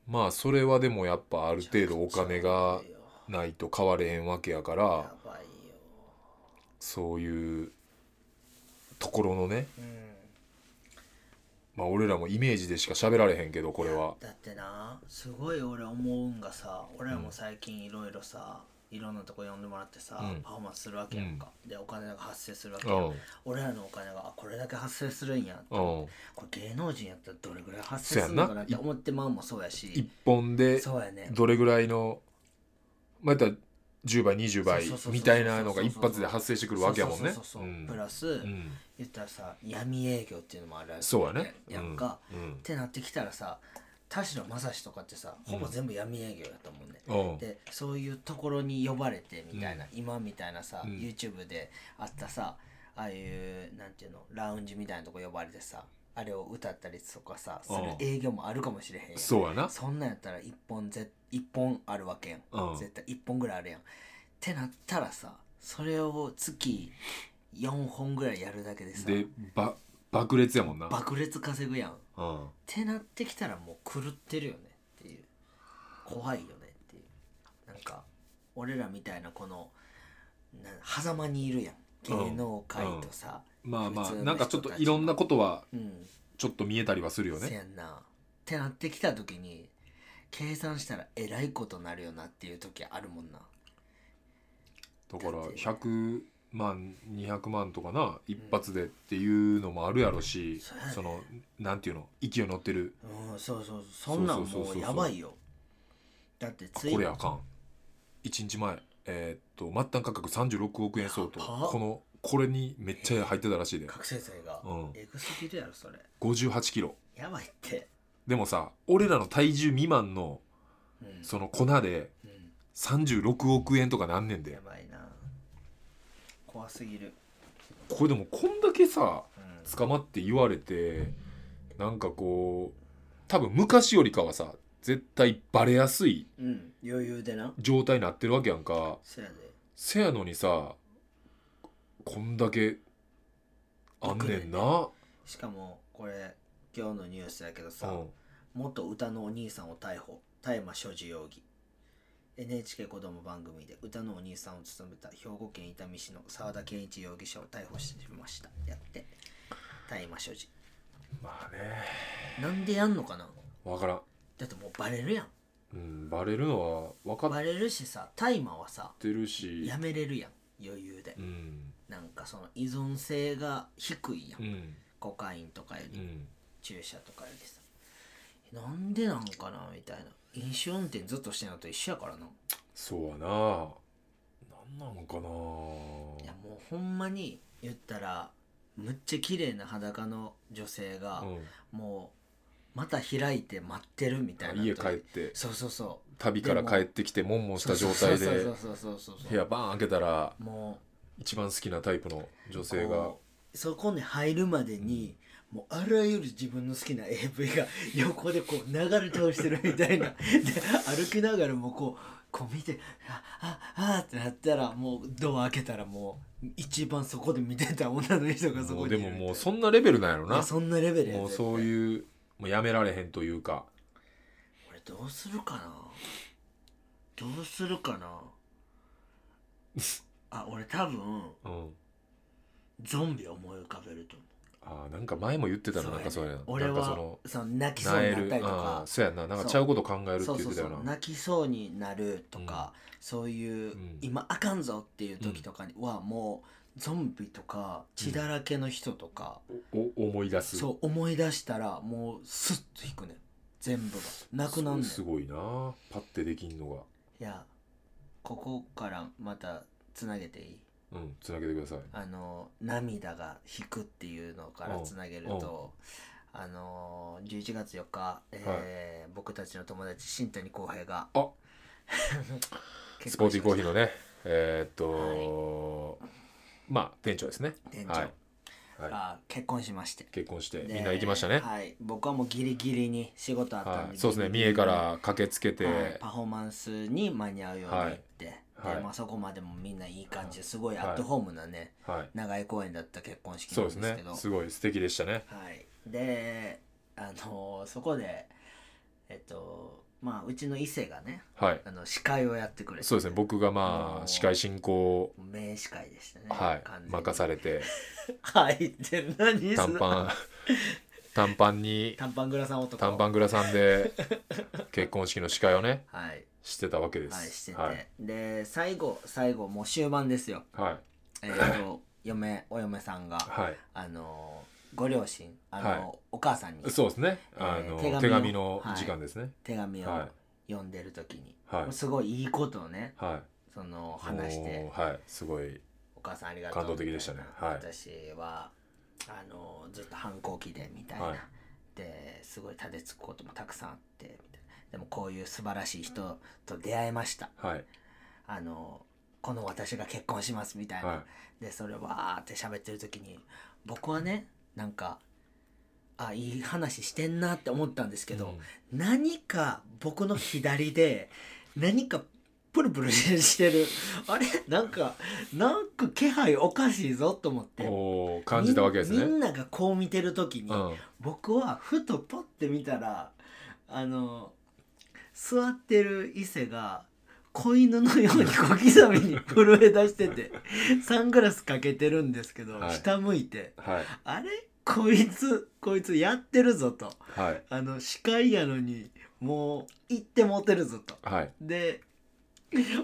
S2: まあそれはでもやっぱあ
S1: あ
S2: る程度お金がないと買われへんわけやから
S1: やばいよ
S2: そういうところのね
S1: うん
S2: まあ俺らもイメージでしか喋られへんけどこれはい
S1: やだってなすごい俺思うんがさ俺らも最近いろいろさ、いろんなとこ呼んでもらってさ、
S2: うん
S1: パフォーマンスするわけやんか、でお金が発生するわけ
S2: う
S1: やん、
S2: ん
S1: 俺らのお金があこれだけ発生するんやって、
S2: うん
S1: これ芸能人やったらどれぐらい発生するのかなって思ってまうもそうや
S2: 一
S1: し
S2: 本で
S1: そうやね
S2: どれぐらいのまた10倍20倍
S1: そうそうそうそう
S2: みたいなのが一発で発生してくるわけやもん
S1: そ
S2: ね
S1: うそうそうそうう、
S2: ん
S1: プラス、
S2: うん
S1: 言ったらさ闇営業っていうのもあるわけ
S2: そうやね
S1: やんか、
S2: うんうん
S1: ってなってきたらさ田代正史とかってさほぼ全部闇営業やったもんね、
S2: うん
S1: でそういうところに呼ばれてみたいな、
S2: うん
S1: 今みたいなさ、
S2: うん
S1: YouTube であったさああいうなんていうのラウンジみたいなとこ呼ばれてさあれを歌ったりとかさする
S2: うん
S1: 営業もあるかもしれへんやん
S2: そうやな
S1: そんなんやったら1本ぜ一本あるわけやん、
S2: うん
S1: 絶対1本ぐらいあるやんってなったらさそれを月4本ぐらいやるだけでさ
S2: でば爆裂やもんな
S1: 爆裂稼ぐやんっ
S2: うん
S1: てなってきたらもう狂ってるよねっていう怖いよねっていうなんか俺らみたいなこのな狭間にいるやん芸能界とさ
S2: まあまあ
S1: 普通の人たちの
S2: なんかちょっといろんなことは
S1: うん、
S2: ちょっと見えたりはするよ
S1: せ
S2: ね
S1: やんなってなってきた時に計算したらえらいことなるよなっていう時あるもんな
S2: だから
S1: だって
S2: 100万200万とかな一発でっていうのもあるやろし、
S1: そうやね
S2: そのなんていうの勢い乗ってる
S1: うんそうそうそんなん
S2: そうそ
S1: もう
S2: うそうそう
S1: やばいよだって
S2: あ
S1: つい
S2: これあかん1日前えーっと末端価格36億円相当
S1: やば
S2: このこれにめっちゃ入ってたらしいで
S1: 覚醒剤が
S2: うん
S1: エグすぎるやろそれ
S2: 58キロ
S1: やばいって
S2: でもさ俺らの体重未満の
S1: うん
S2: その粉で
S1: うん
S2: 36億円とかなんねんで
S1: やばいな怖すぎる
S2: これでもこんだけさ
S1: うん
S2: 捕まって言われてなんかこう多分昔よりかはさ絶対バレやすい
S1: うん余裕でな
S2: 状態になってるわけやんか
S1: そやで
S2: せやのにさこんだけあんねんな
S1: しかもこれ今日のニュースやけど
S2: う
S1: さ
S2: ん
S1: 元歌のお兄さんを逮捕大麻所持容疑 NHK 子供番組で歌のお兄さんを務めた兵庫県伊丹市の沢田健一容疑者を逮捕しましたやって大麻所持
S2: まあね
S1: なんでやんのかな
S2: 分からん、
S1: だってもうバレるやん
S2: うん、バレるのは分かっ
S1: バレるしさ大麻はさ
S2: てるし
S1: やめれるやん余裕で
S2: うん
S1: なんかその依存性が低いやん
S2: うん
S1: コカインとかよ
S2: う
S1: り
S2: ん
S1: 注射とかよりさなんでなんかなみたいな飲酒運転ずっとしてんのと一緒やからな
S2: そうやななんなんか
S1: いや
S2: な
S1: もうほんまに言ったらむっちゃ綺麗な裸の女性が、
S2: うん
S1: もうまた開いて待ってるみたいな
S2: 家帰って
S1: そうそうそう
S2: 旅から帰ってきて悶々した状態で
S1: そうそうそうそうそうそう
S2: 部屋バーン開けたら
S1: も
S2: 一番好きなタイプの女
S1: う
S2: 性が
S1: こうそこに入るまでに、もうあらゆる自分の好きな AV が横でこう流れ倒してるみたいなで歩きながらもこうこう見てあああってなったらもうドア開けたらもう一番そこで見てた女の人がそ
S2: も
S1: こ
S2: う
S1: にい
S2: で
S1: るみたい
S2: も
S1: な
S2: もうそんなレベルなんやろ
S1: いや
S2: な
S1: そんなレベルや
S2: もうそ
S1: う
S2: ういうもうやめられへんというか
S1: 俺どうするかなどうするか なあ俺多分
S2: うん
S1: ゾンビ思い浮かべると思う
S2: あーなんか前も言ってたのなんかそうやな
S1: 俺
S2: なんかそ
S1: は
S2: の
S1: その泣きそう
S2: な
S1: に
S2: え
S1: なっ
S2: る
S1: たりと
S2: あ
S1: か
S2: ーそうやんななんかちゃうこと考えるって
S1: そう
S2: 言
S1: そ
S2: っ
S1: う
S2: てた
S1: そ
S2: よ
S1: う
S2: な
S1: 泣きそうになるとか、そういう、
S2: うん
S1: 今あかんぞっていう時とかにはもうゾンビとか血だらけの人とか、
S2: お思い出す
S1: そう思い出したらもうスッと引くねん全部がなくなんねん
S2: すごいなパッてできんの
S1: いやここからまたつなげていい
S2: がうんつなげてください
S1: あの涙が引くっていうのからつなげるとあの11月4日、えー僕たちの友達新谷浩平が
S2: あ
S1: 結
S2: スポ
S1: 婚
S2: ー
S1: し
S2: テ
S1: ました
S2: ィーコーヒーのねえーっと、まあ店長ですね
S1: 店長
S2: はい
S1: が結婚しまして
S2: 結婚して
S1: で
S2: みんな行きましたね
S1: はい僕はもうギリギリに仕事あったん
S2: は
S1: で
S2: い、そうですね
S1: ギ
S2: 三
S1: リギリ
S2: 重から駆けつけて、
S1: はいパフォーマンスに間に合うように行って、
S2: はい
S1: でまあ、そこまでもみんないい感じですごいアットホームなね、
S2: はい、
S1: 長い公演だった結婚式
S2: そ
S1: な
S2: うんで
S1: ですすけど
S2: ねすごい素敵でしたね
S1: はい、であのそこでえっとまあうちの伊勢がね
S2: はい
S1: あの司会をやってくれて
S2: そうですね僕が
S1: あ
S2: ま
S1: のー
S2: あ司会進行を
S1: 名司会でしたね
S2: はい
S1: 完全に
S2: 任さ れて
S1: はいって何
S2: 短 パン短パンに
S1: 短パングラさん男
S2: 短パングラさんで結婚式の司会をね
S1: はい
S2: してたわけです
S1: はいしてて、
S2: はい
S1: で最後最後もう終盤ですよ
S2: はい
S1: えっ、と嫁お嫁さんが
S2: はい
S1: あのご両親あの、
S2: はい
S1: お母さんに
S2: そうですね、
S1: えー
S2: あの
S1: 手紙を
S2: 手紙の時間ですね
S1: 手紙を
S2: は
S1: 読んでる時に、
S2: はい
S1: すごいいいことをね
S2: はい、
S1: その話して
S2: もうはいすごい
S1: お母さんありがとう
S2: 感動的でしたね
S1: みいな
S2: はい
S1: 私はあのずっと反抗期でみたいな、
S2: はい
S1: ですごい立てつくこともたくさんあってみたいなでもこういう素晴らしい人と出会えました
S2: はい
S1: あのこの私が結婚しますみたいな、
S2: は
S1: でそれわーって喋ってる時に僕はねなんかあいい話してんなって思ったんです
S2: い
S1: けど、何か僕の左で何かプルプルしてるあれなんかなんか気配おかしいぞと思っ
S2: うん、
S1: て
S2: おー感じたわけですね
S1: みんみんながこう見てる時に、
S2: うん
S1: 僕はふとポッて見たらあの座ってる伊勢が子犬のように小刻み に震え出しててサングラスかけてるんですけど、
S2: はい
S1: 下向いて
S2: はい
S1: 「あれこいつこいつやってるぞ」と。
S2: はい
S1: あの司会やのにもう行ってモテるぞと
S2: はい
S1: で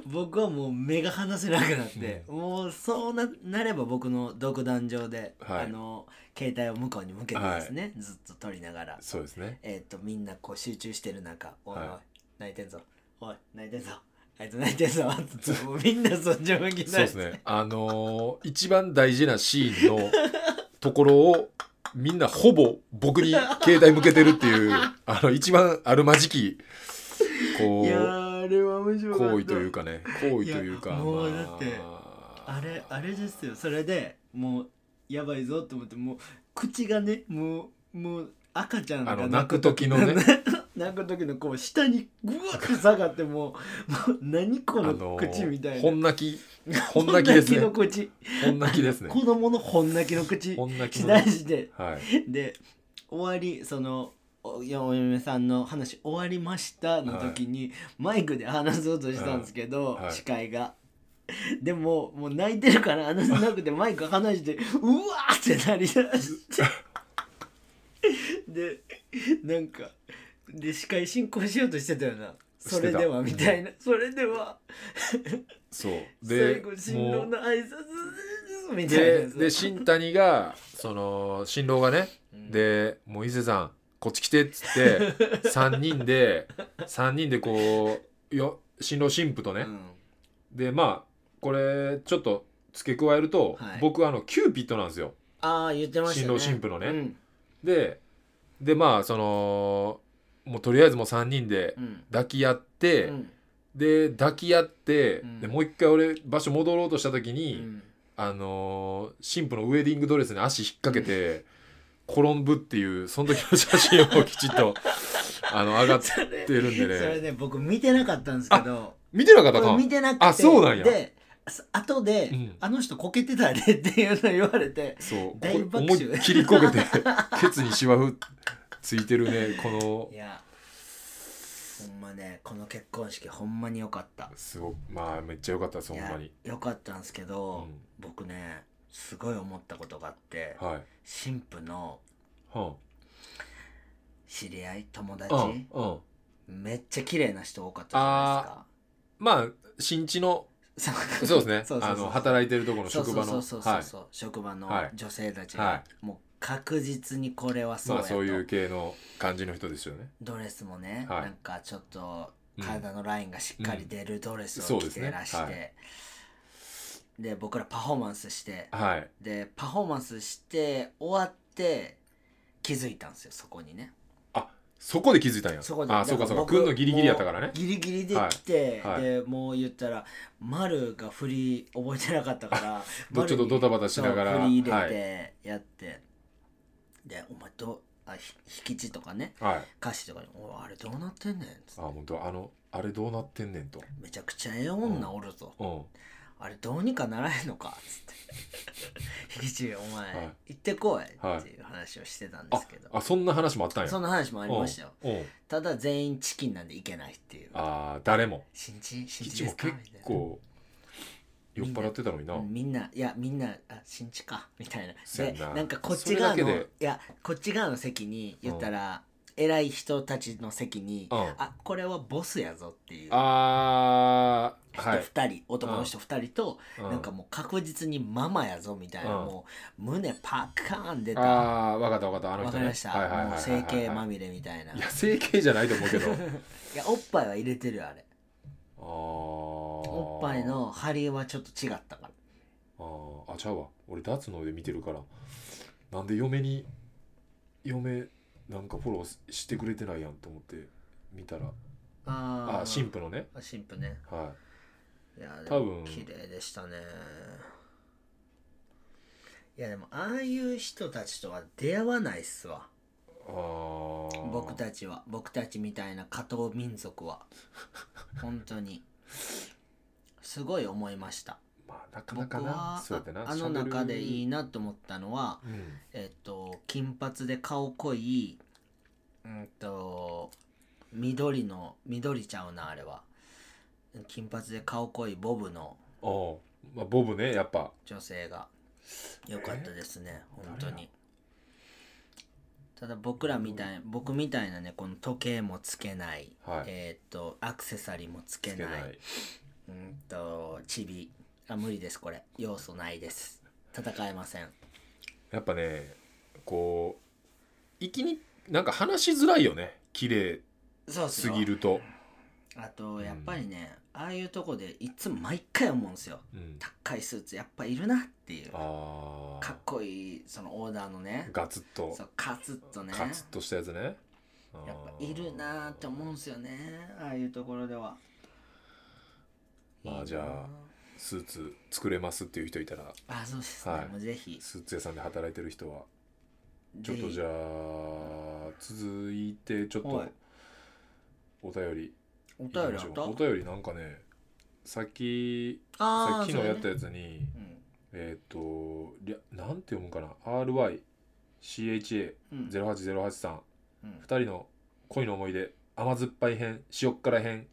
S1: 僕はもう目が離せなくなって、もうそうななれば僕の独壇場で、
S2: はい
S1: あの携帯を向こうに向けてですね、ずっと撮りながら
S2: そうですね
S1: えっ、とみんなこう集中してる中「おいおい、
S2: は
S1: 泣いてんぞおい泣いてんぞあいつ泣いてんぞ」 つってもうみんなそっち向きにな
S2: そ
S1: る
S2: うですねあのー一番大事なシーンのところをみんなほぼ僕に携帯向けてるっ ていうあの一番あるまじきこ
S1: いや
S2: う
S1: ーあれは面白かった
S2: 行為というかね行為というか
S1: いやもう
S2: まあ
S1: だってあれあれですよそれでもうやばいぞと思ってもう口がねもうもう赤ちゃんが
S2: あの泣く時のね
S1: 泣く時のこう下にグワッて下がってもうもう何こ
S2: あ
S1: の
S2: のー
S1: 口みたいな、
S2: 本泣き本泣きです
S1: の
S2: ね
S1: 口
S2: 本泣きですね
S1: 子供の本泣きの口
S2: 本泣き
S1: し
S2: の
S1: だ
S2: ね
S1: して
S2: はい
S1: で終わりそのお嫁さんの話終わりましたの時に、マイクで話そうとしたんですけど、
S2: はいはい
S1: 司会が。 でももう泣いてるから話せな くてマイク離してうわーってなりだしてでなんかで司会進行しようとしてたよなそれではみたいなそれでは
S2: そう
S1: 最
S2: で
S1: 後新
S2: も
S1: 郎
S2: う
S1: の挨拶みたいな
S2: で
S1: やつ
S2: で新谷がその新郎がね、でもう伊勢さんこっち来てっ つって3人で3人でこうよ新郎新婦と
S1: う
S2: ね、
S1: ん
S2: でまあこれちょっと付け加えると、
S1: はい
S2: 僕あのキューピッドなんですよ
S1: ああ言ってましたね
S2: 新郎新婦のね
S1: うん
S2: ででまあそのもうとりあえずもう3人で
S1: うん
S2: 抱き合って、
S1: うん
S2: で抱き合って、
S1: うん
S2: でもう一回俺場所戻ろうとした時
S1: う
S2: に、
S1: ん
S2: あのー新婦のウェディングドレスに足引っ掛けて転ぶっていうその時の写真をきちっ とあの上がってるんで
S1: それ
S2: ね
S1: ね僕見てなかったんですけど
S2: 見てなかった
S1: こ
S2: か
S1: れ見てなくて
S2: あそうなんや
S1: であとで、
S2: うん
S1: あの人こけてたで っていうの言われて
S2: そう
S1: 大
S2: こ
S1: 爆
S2: 思
S1: 笑
S2: いっきりこけてケツにシワふついてるねこの
S1: いやほんまねこの結婚式ほんまに良かった
S2: すごくまあめっちゃ良かったです
S1: い
S2: ほん
S1: や
S2: まに
S1: 良かったんですけど、
S2: うん
S1: 僕ねすごい思ったことがあって
S2: はい、は
S1: 新婦の
S2: あ、
S1: 知り合い友達、
S2: うんうん
S1: めっちゃ綺麗な人多かったじゃ
S2: まあ新地の
S1: ないですか
S2: そうですね
S1: そうそうそう
S2: あの働いてるところの
S1: そうそ
S2: 職
S1: う
S2: 場
S1: そ
S2: の
S1: うそうそう
S2: はい
S1: そう、職場の
S2: はい
S1: 女性たち
S2: は
S1: がもう確実にこれはそう
S2: ま
S1: や
S2: あ
S1: と、
S2: そういう系の感じの人ですよね
S1: ドレスもね、
S2: はい
S1: なんかちょっと
S2: うん
S1: 体のラインがしっかり出るドレス
S2: う
S1: を
S2: んそう
S1: 着
S2: です
S1: て
S2: ね
S1: らして、
S2: は
S1: で僕らパフォーマンスして
S2: はい
S1: でパフォーマンスして終わって気づいたんですよそこにね
S2: そこで気づいたんや
S1: そこで
S2: あそうか
S1: だ
S2: そう
S1: ら
S2: か
S1: 僕
S2: 君のギリギリやったからね
S1: もうギリギリで来て、
S2: はいはい
S1: でもう言ったら丸が振り覚えてなかったから
S2: どちょっとドタバタしながら
S1: そう振り入れ
S2: はい
S1: てやって、で「お前どうあひ引き地とかね
S2: はい
S1: 歌詞とかに「おいあれどうなってんねん」つって
S2: あ本当あのあれどうなってんねんと
S1: めちゃくちゃええ女おるぞ、
S2: うん
S1: あれどうにかならへんのか」っつって「 引き地お前、
S2: はい
S1: 行ってこい」
S2: はい
S1: っていう話をしてたんで
S2: あ
S1: すけど、
S2: あそんな話もあったんや
S1: そんな話もありましたよ
S2: うんうん
S1: ただ全員チキンなんで行けないっていう
S2: ああ誰も
S1: 新人新人
S2: 吉
S1: で
S2: も
S1: すか
S2: 結
S1: みたいな
S2: 構酔っ払ってたのにな
S1: みんないやみんなあ新地かみたいな
S2: そや
S1: で
S2: な
S1: なんかこっち側
S2: それ
S1: の
S2: だ
S1: い
S2: けで
S1: やこっち側の席に言ったら、偉い人たちの席に、
S2: うん
S1: あこれはボスやぞっていう人
S2: あーはい
S1: 2人男の人2人と、
S2: うん
S1: なんかもう確実にママやぞみたいな、
S2: うん
S1: もう胸パッカーン出たわ
S2: ああ分かった分かったあの人
S1: か
S2: ね
S1: りました、
S2: はいはいはい
S1: も
S2: は
S1: う
S2: い
S1: 整形ま
S2: み
S1: みれみたいない
S2: や整形じゃないと思う けど
S1: いやおっぱいは入れてるよあれ
S2: あー
S1: おっぱいの張りはちょっと違ったから
S2: あーあちゃうわ俺ダーツの上見てるからなんで嫁に嫁なんかフォローしてくれてないやんと思って見たら
S1: あ
S2: あ新婦のね
S1: あ新婦ね
S2: はい
S1: やで
S2: 多
S1: も
S2: 分
S1: 綺麗でしたねいやでもああいう人たちとは出会わないっすわ
S2: いああ
S1: 僕たちは僕たちみたいな加藤民族は本当にすごい思いました
S2: まあなかな
S1: 僕
S2: かな
S1: は
S2: そうやってな
S1: ああの中でいい
S2: な
S1: なと思ったのは
S2: うん
S1: えっと金髪で顔濃いうんと緑の緑ちゃうなあれは金髪で顔濃いボブの
S2: おうまあボブねやっぱ
S1: 女性が良かったですね本当
S2: 誰
S1: にただ僕らみたい僕みたいなねこの時計もつけない、
S2: はい
S1: えーっとアクセサリーもつけ
S2: つけ
S1: ない
S2: ない
S1: うんとチビあ無理ですこれ要素ないです戦えません
S2: やっぱねこういきになんか話しづらいよね綺麗
S1: そうっ
S2: す
S1: よ
S2: ぎると、
S1: あとやっぱりね、ああいうとこでいつも毎回思うんですよ
S2: うん、
S1: 高いスーツやっぱいるなっていうか
S2: あ
S1: っこいいそのオーダーのね
S2: ーガツッと
S1: そうカツッとね
S2: ガツッとしたやつねあー
S1: やっぱいるなーって思うんすよねああいうところでは
S2: まあじゃあスーツ作れますっていう人いたら
S1: ああそうですね、
S2: はい
S1: もうぜひ
S2: スーツ屋さんで働いてる人は
S1: ぜ
S2: ちょっと
S1: ひ
S2: じゃあ続いてちょっ
S1: は
S2: と
S1: い
S2: お便り
S1: お
S2: いきま
S1: 便りあ
S2: し
S1: っ
S2: ょう
S1: た
S2: お便りなんかねさっき
S1: あ
S2: さ
S1: あ
S2: っきのやった
S1: よ、
S2: やつに、
S1: それね
S2: えっ、とりゃなんて読むかな RYCHA08083
S1: うんうん、
S2: さん
S1: うん
S2: 2人の恋の思い出甘酸っぱい編塩っ辛編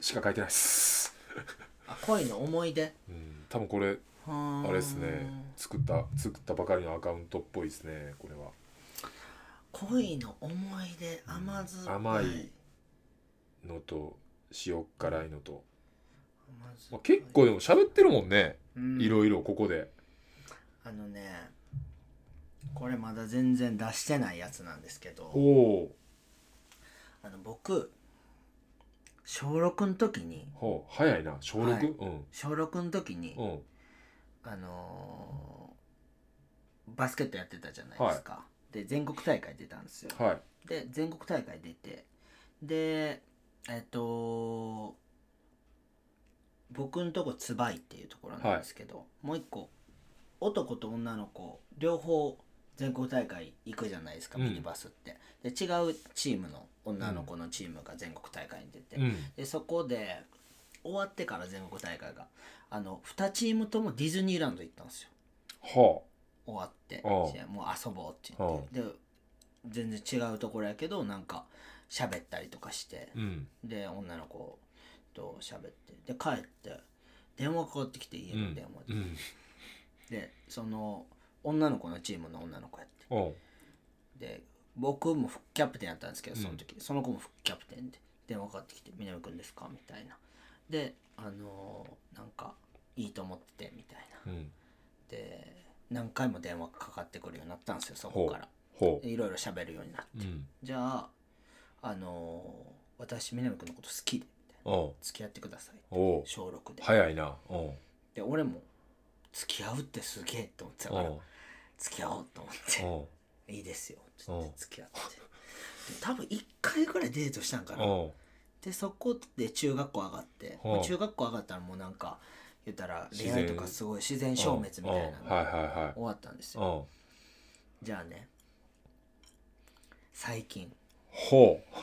S2: しか書いてないです、
S1: あ恋の思い出
S2: うん、多分これあ
S1: あ
S2: れですね作った作ったばかりのアカウントっぽいですねこれは
S1: 恋の思い出甘酸っぱい
S2: 甘いのと塩っ辛いのと、
S1: 甘酸っぱ
S2: ま
S1: い
S2: あ、結構でも喋ってるもんね
S1: うん
S2: いろいろここで
S1: あのねこれまだ全然出してないやつなんですけ
S2: お
S1: ど
S2: お
S1: あの僕小6の時に
S2: ーほう早いな小 6?、
S1: はい
S2: うん
S1: 小6の時に、
S2: うん
S1: あのーバスケットやってたじゃないですか、で全国大会出たんですよ
S2: はい
S1: で全国大会出てでえっと僕んとこつばいっていうところなんですけど、もう一個男と女の子両方全国大会行くじゃないですか
S2: うん
S1: ミニバスって、で違うチームの女の子のチームが全国大会に出て、
S2: うん
S1: でそこで終わってから全国大会があの2チームともディズニーランド行ったんですよ
S2: は
S1: 終わって
S2: うん
S1: じゃあもう遊ぼうって言ってで全然違うところやけどなんか喋ったりとかして
S2: あうん
S1: で女の子と喋ってで帰って電話かかってきて家
S2: う
S1: の
S2: ん
S1: 電話
S2: う
S1: で,、
S2: ん
S1: でその女の子のチームの女の子やって
S2: おう
S1: で僕も副キャプテンやったんですけどその時、その子も副キャプテンで電話かかってきて「南くんですか?」みたいなであのーなんかいいと思っててみたいな
S2: うん
S1: で何回も電話かかってくるようになったんですよそこから
S2: ほ
S1: でいろいろ喋るようになって
S2: ううん
S1: じゃああのー私南くんのこと好きでみたいな
S2: おう
S1: 付き合ってください
S2: おう
S1: 小6で、
S2: 早いなおう
S1: で俺も付き合うってすげえと思ってた
S2: お
S1: から
S2: う
S1: 付き合おうと思って
S2: おう
S1: いいですよって言っ
S2: うん
S1: て付き合ってで多分1回ぐらいデートしたんかな
S2: おう
S1: でそこで中学校上がって
S2: うん
S1: もう中学校上がったらもうなんか言ったら
S2: 自
S1: 恋
S2: 然
S1: 愛とかすごい自然消滅みたいな
S2: う
S1: の
S2: んはい
S1: が
S2: はいはい
S1: 終わったんですよ
S2: うん
S1: じゃあね最近
S2: ほう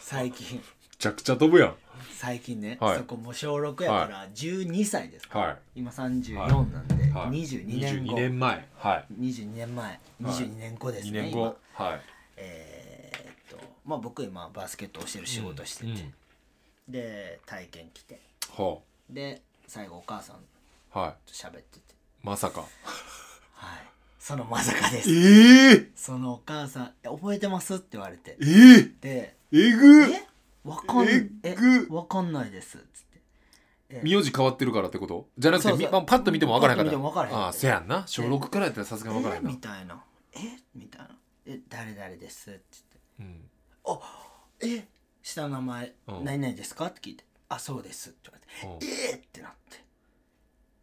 S1: 最近
S2: めちゃくちゃ飛ぶやん
S1: 最近ね、
S2: はい
S1: そこもう小6やから12歳ですか、
S2: は
S1: 今34なんで、
S2: い、はい、
S1: 22年後
S2: 22年前はい
S1: 22年前22年後です
S2: 2
S1: ね、
S2: 年
S1: 今
S2: 後はい
S1: えーっとまあ僕今バスケットをしてる仕事してて、
S2: うん
S1: で体験来て
S2: ほ
S1: で最後お母さん
S2: うは
S1: と喋ってて
S2: いまさか
S1: はいそのまさかで
S2: え
S1: す
S2: え
S1: そのお母さん「え覚えてます?」って言われて
S2: ええ
S1: で「
S2: えぐ
S1: えわかん
S2: え
S1: え
S2: ぐ
S1: わかんないです」っつってえ
S2: 名字変わってるからってことじゃなく
S1: そ
S2: て
S1: うそう
S2: みまあパッと見ても分からへんかった
S1: パッと見ても分からへん
S2: ああせやんな小6からやったらさすがに分からへん
S1: え
S2: な
S1: み、たいな「えみたいな「え誰々です」って
S2: うん、
S1: 言って「え下の名前
S2: うん
S1: 何々ですか?」って聞いて「あそうです」って言われて「えっ!」ってなって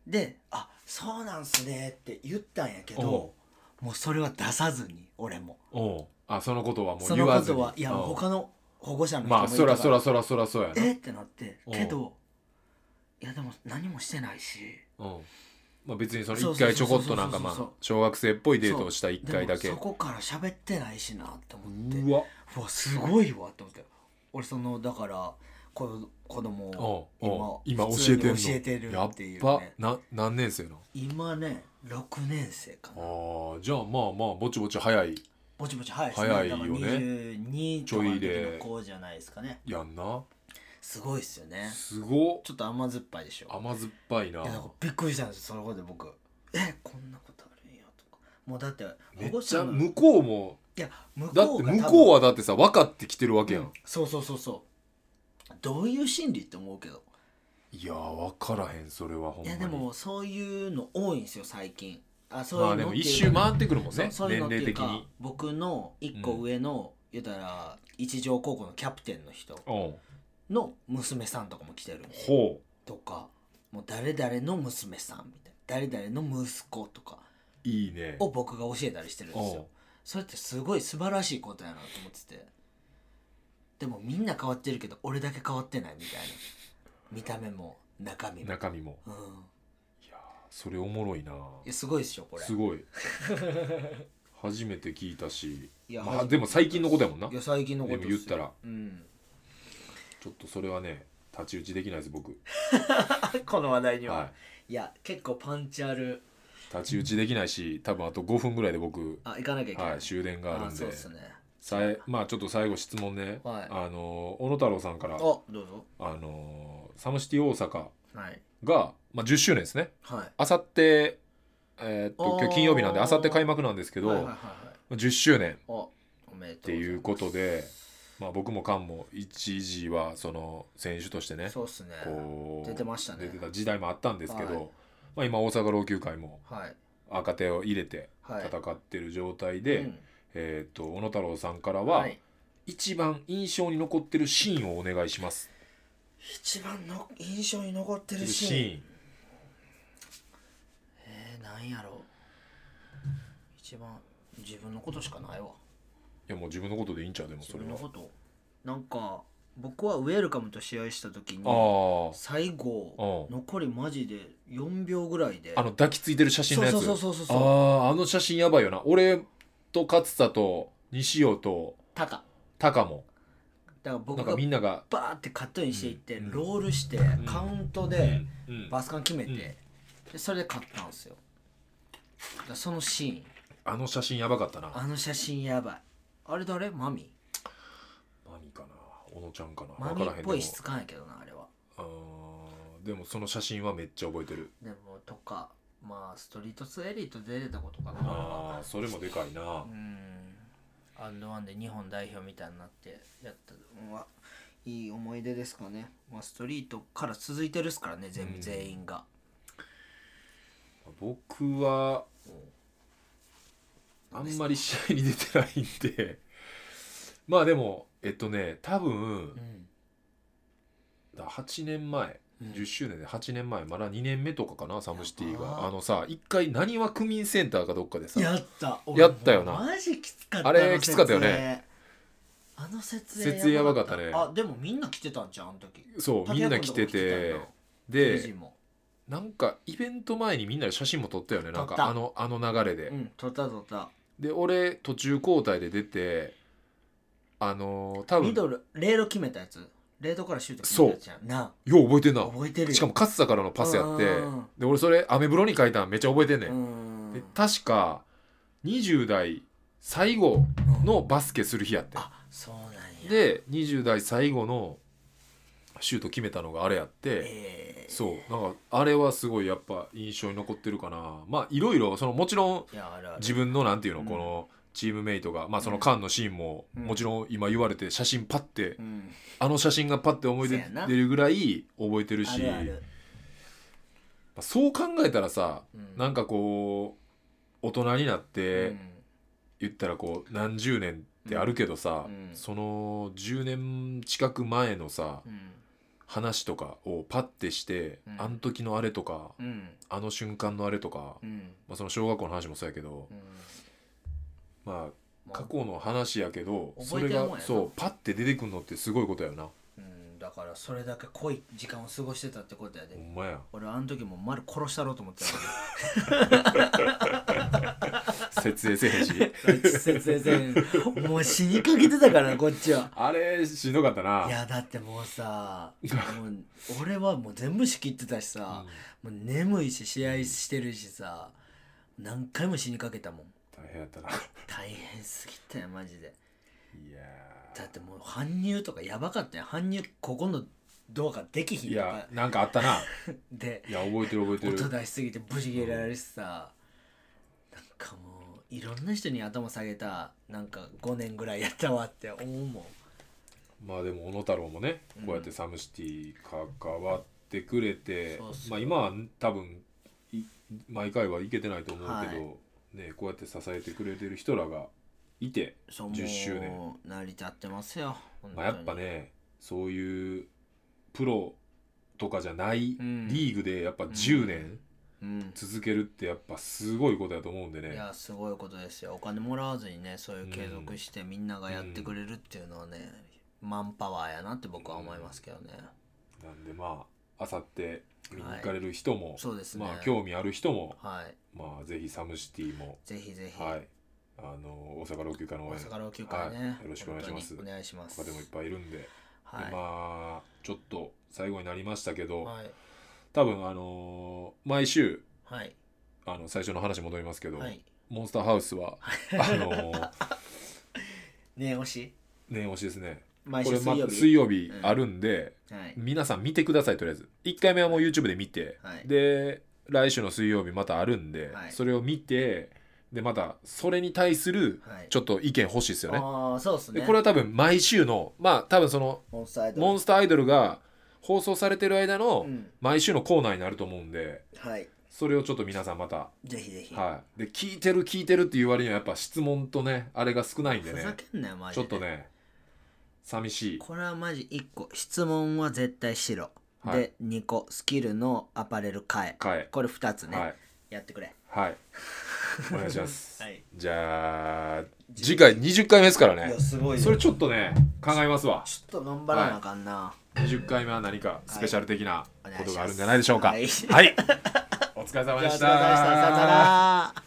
S1: で「あそうなんすね」って言ったんやけどもうそれは出さずに俺も
S2: おうおうあそのことはもう
S1: そ
S2: 言
S1: の
S2: わ
S1: こ
S2: ずに
S1: とはいや
S2: うん
S1: 他の保護者の人
S2: まあ
S1: もいた
S2: そ
S1: から
S2: らそらそらそらそうやな
S1: えってなって
S2: うん
S1: けどいやでも何もしてないし
S2: うんまあ、別にその
S1: そう
S2: 一
S1: そう
S2: 回ち
S1: そう
S2: ょ
S1: そ
S2: こ
S1: う
S2: っとなんかま
S1: そうそう
S2: あ
S1: そう
S2: 小学生っぽいデートをした一
S1: でも
S2: 回だけ
S1: そこから喋ってないしなって思って
S2: うわ
S1: うわすごいわと思って俺そのだからこ子供を
S2: おうおう
S1: 今
S2: 今
S1: 普
S2: 教
S1: 通
S2: え
S1: に
S2: てんの
S1: 教えてる
S2: や
S1: っ
S2: って
S1: いう
S2: ぱ
S1: ね
S2: な何年生な
S1: 今ね6年生かな
S2: ああじゃあまあまあぼちぼち早い
S1: ぼちぼち早い
S2: 早いよね
S1: だから22
S2: ちょいで
S1: とかの時の子じゃないですかね
S2: やんな
S1: すごいっすよね
S2: すごっ
S1: ちょっと甘酸っぱいでしょ
S2: 甘酸っぱいない
S1: やなんかびっくりしたんですよそのことで僕えこんなことあるんやとかもうだって
S2: め
S1: 保
S2: っ
S1: 護
S2: ちゃ
S1: 者の
S2: 向こうも
S1: いや向
S2: だっ
S1: こ
S2: て
S1: うが
S2: 向こう
S1: は
S2: はだってさ分かってきてるわけやん、
S1: そうそうそうそうどういう心理って思うけど
S2: いやー分からへんそれはほん
S1: い
S2: ま
S1: や
S2: に
S1: でもそういうの多いんですよ最近あそういうの
S2: まあでも
S1: っていう
S2: 一
S1: か
S2: 周回ってくるもんね
S1: そうそういう
S2: 年
S1: のって
S2: 齢
S1: いう
S2: 的
S1: か
S2: に
S1: 僕の一個上の、言うたら一条高校のキャプテンの人
S2: うん
S1: の娘さんとかも来てるんですよ
S2: ほう
S1: とかもう誰々の娘さんみたいな誰々の息子とか
S2: いいね
S1: を僕が教えたりしてるんです
S2: うん
S1: よそれってすごい素晴らしいことやなと思っててでもみんな変わってるけど俺だけ変わってないみたいな見た目も中身も、
S2: 中身も
S1: うん、い
S2: いやーそれおもろいな
S1: やすごいっしょこれ
S2: すごい初めて聞いたし
S1: いや
S2: まあでも最近のことやもんない
S1: や最近のこ
S2: で
S1: と
S2: も
S1: すよ
S2: 言ったら
S1: うん、
S2: ちょっとそれはね太刀打ちできないです僕
S1: この話題には、、
S2: はい
S1: や結構パンチある
S2: 太刀打ちできないし多分あと5分ぐらいで僕
S1: あ行かなきゃいけない、
S2: はい終電があるんで
S1: そうっすね
S2: さえまあちょっと最後質問ね、
S1: はい
S2: あの小野太郎さんから
S1: あどうぞ
S2: あのサムシティ大阪
S1: はい
S2: が、まあ、10周年ですね
S1: はい
S2: あさってえーっ
S1: あ
S2: と
S1: ー
S2: 今日金曜日なんであさって開幕なんですけど、
S1: はいはいはいはい
S2: 10周年
S1: あおめで
S2: っ
S1: と
S2: て
S1: うござ
S2: いう
S1: ます
S2: ことで、まあ、僕も菅も一時はその選手としてね
S1: そうっすね
S2: こう
S1: 出てましたね
S2: 出てた時代もあったんですけど、
S1: はい
S2: まあ、今大阪老朽会も
S1: はい
S2: 赤手を入れて
S1: はい
S2: 戦ってる状態で、
S1: うん
S2: えー、と小野太郎さんからは、
S1: はい
S2: 一番印象に残ってるシーンをお願いします
S1: 一番の印象に残ってるシ
S2: シ
S1: ーン
S2: ーン
S1: えー、なんやろう一番自分のことしかないわ
S2: いやもう自分のことでいいんちゃうでも
S1: 自
S2: それ
S1: 分
S2: は
S1: のことなんか僕はウェルカムと試合した時に
S2: あ
S1: 最後
S2: うん
S1: 残りマジで4秒ぐらいで
S2: ああの抱きついてる写真のやつ
S1: そうそうそうそうそう
S2: あああの写真やばいよな俺と勝田と西尾と
S1: タカ
S2: タカも
S1: だから
S2: な
S1: 僕
S2: んか
S1: が
S2: みんなが
S1: バーってカットインしていって
S2: うん
S1: ロールして
S2: ん
S1: カウント
S2: う
S1: で
S2: んうん
S1: バスカン決めて
S2: うん
S1: でそれで勝ったんですよだからそのシーン
S2: あの写真やばかったな
S1: あの写真やばいあれ誰マミ
S2: マミかな小野ちゃんかな
S1: マミ
S2: 分か
S1: っ
S2: らへんでも
S1: ぽい質感やけどなあれは
S2: あーでもその写真はめっちゃ覚えてる
S1: でもとかまあストリート2エリートで出てたことかな
S2: ああそれもでかいな
S1: うんアンドワンで日本代表みたいになってやったのはいい思い出ですかね、まあ、ストリートから続いてるっすからね全部
S2: うん
S1: 全員が、
S2: 僕はあんまり試合に出てないんで まあでもえっとね多分
S1: うん
S2: だ8年前
S1: うん
S2: 10周年で8年前まだ2年目とかかなサムシティ
S1: やば
S2: があのさ一回何は区民センターかどっかでさ
S1: やった
S2: やったよな
S1: 俺もうマジきつかった
S2: あれきつかったよね
S1: あの設営
S2: 設営やばかったね
S1: あでもみんな来てたんじゃんあの時
S2: そうみんな来てて
S1: で
S2: で
S1: も
S2: なんかイベント前にみんなで写真も撮ったよねな
S1: 撮
S2: んか
S1: った
S2: あのあの流れで
S1: うん取った取った
S2: で俺途中交代で出てあのー多分
S1: ミ
S2: よ
S1: ドルレール決めたやつレートからシュート決めたやつやんな
S2: う覚えてんな
S1: 覚えてるよ
S2: しかも勝田からのパスやって
S1: うん
S2: で俺それアメブロに書いたんめっちゃ覚えてんね
S1: うんん
S2: で確か20代最後のバスケする日やってん
S1: あそうなんや
S2: で20代最後のシュート決めたのがあれやって
S1: ええ
S2: そうなんかあれはすごいやっぱ印象に残ってるかなまあいろいろそのもちろん
S1: いやあるある
S2: 自分のなんていうの、
S1: うん
S2: このチームメイトが、まあ、その缶のシーンも、
S1: うん
S2: もちろん今言われて写真パッて、
S1: うん
S2: あの写真がパッて思い出
S1: そうやな
S2: 出るぐらい覚えてる
S1: あ
S2: し
S1: るある
S2: まあそう考えたらさ、
S1: うん
S2: なんかこう大人になって、
S1: うん
S2: 言ったらこう何十年ってあるけどさ、
S1: うんうん
S2: その10年近く前のさ、
S1: うん
S2: 話とかをパッてして、
S1: うん
S2: あの時のあれとか、
S1: うん
S2: あの瞬間のあれとか、
S1: うん
S2: まあ、その小学校の話もそうやけど、
S1: うん
S2: まあ
S1: まあ
S2: 過去の話やけどそ
S1: 覚え
S2: れ
S1: てるもんやな
S2: がそうパッて出てくるのってすごいことやよな
S1: うんだからそれだけ濃い時間を過ごしてたってことや
S2: ほ
S1: で
S2: んまや
S1: 俺あの時もう丸殺したろうと思ってたのに
S2: 設営せえへんし
S1: 節制せんもう死にかけてたからこっちは
S2: あれしんどかったない
S1: やだってもう さもう俺はもう全部仕切ってたしさ、もう眠いし試合してるしさ何回も死にかけたもん
S2: 大変やったな
S1: 大変すぎたよマジで
S2: いや
S1: だってもう搬入とかやばかったよ搬入ここのドアができ
S2: ー
S1: ひん
S2: い
S1: とか
S2: やなんかあったな
S1: で
S2: いや覚えてる覚えて
S1: 音
S2: る
S1: 出しすぎてブチ切れられるしさ、なんかもういろんな人に頭下げたなんか5年ぐらいやったわって思うもん
S2: まあでも小野太郎もねこうやってサムシティ関わってくれて、
S1: そうそう
S2: まあ今は多分い毎回はいけてないと思うけど、
S1: は
S2: ねこうやって支えてくれてる人らがいて
S1: そう
S2: 10周年
S1: もう成り立ってますよ本当
S2: まあ、
S1: に
S2: やっぱねそういうプロとかじゃない
S1: うん
S2: リーグでやっぱ10年
S1: うん
S2: 続けるってやっぱすごいことやと思うんでね、
S1: いやすごいことですよお金もらわずにねそういう継続してみんながやってくれるっていうのはね、マンパワーやなって僕は思いますけどね、
S2: なんでまああさって見に行かれる人も、
S1: そうですね
S2: まあ、興味ある人も、
S1: はい
S2: まあ、ぜひサムシティも、
S1: ぜひぜひ、
S2: はい、あの大阪老朽化の
S1: 大
S2: 応援
S1: 阪老朽会ね、
S2: はいよろしくお願いします
S1: 本当にお願いします
S2: 他でもいっぱいいるんで,で、
S1: はい、
S2: まあちょっと最後になりましたけど、
S1: はい
S2: 多分あのー毎週
S1: はい
S2: あの最初の話戻りますけど、
S1: はい
S2: モンスターハウスは、あのー
S1: 念押し
S2: 念押しですね
S1: 毎
S2: こ
S1: 週
S2: れ
S1: 水曜
S2: ま
S1: 日
S2: 水曜日
S1: うん
S2: あるんで、
S1: はい
S2: 皆さん見てくださいとりあえず1回目はもう YouTube で見て、
S1: はい
S2: で来週の水曜日またあるんで、
S1: はい
S2: それを見てでまたそれに対する
S1: はい
S2: ちょっと意見欲しいですよね、
S1: ああそうです
S2: で
S1: ね
S2: これは多分毎週のまあ多分その
S1: モンスターアイドル
S2: モンスターアイドルが放送されてる間の
S1: うん
S2: 毎週のコーナーになると思うんで
S1: はい
S2: それをちょっと皆さんまた、
S1: ぜひぜひ、
S2: はい、で聞いてる聞いてるっていう割にはやっぱ質問とねあれが少ないんで
S1: ふざ
S2: ね
S1: けんなよマジ
S2: ち
S1: で
S2: ょっとね寂しい
S1: これはマジ1個質問は絶対しろ、
S2: はい
S1: で2個スキルのアパレル変え
S2: 回
S1: これ2つね、
S2: はい
S1: やってくれ
S2: はいお願いし ます、
S1: はい
S2: じゃあ次回20回目ですからね
S1: すご
S2: それちょっとね考えますわ
S1: ちょっと頑張らなあかんな、
S2: 20回目は何かスペシャル的な
S1: お願いしま
S2: こ
S1: す
S2: とがあるんじゃないでしょうか
S1: はい
S2: お疲れ様
S1: じゃあお疲れ様
S2: で
S1: で
S2: し
S1: したさよなら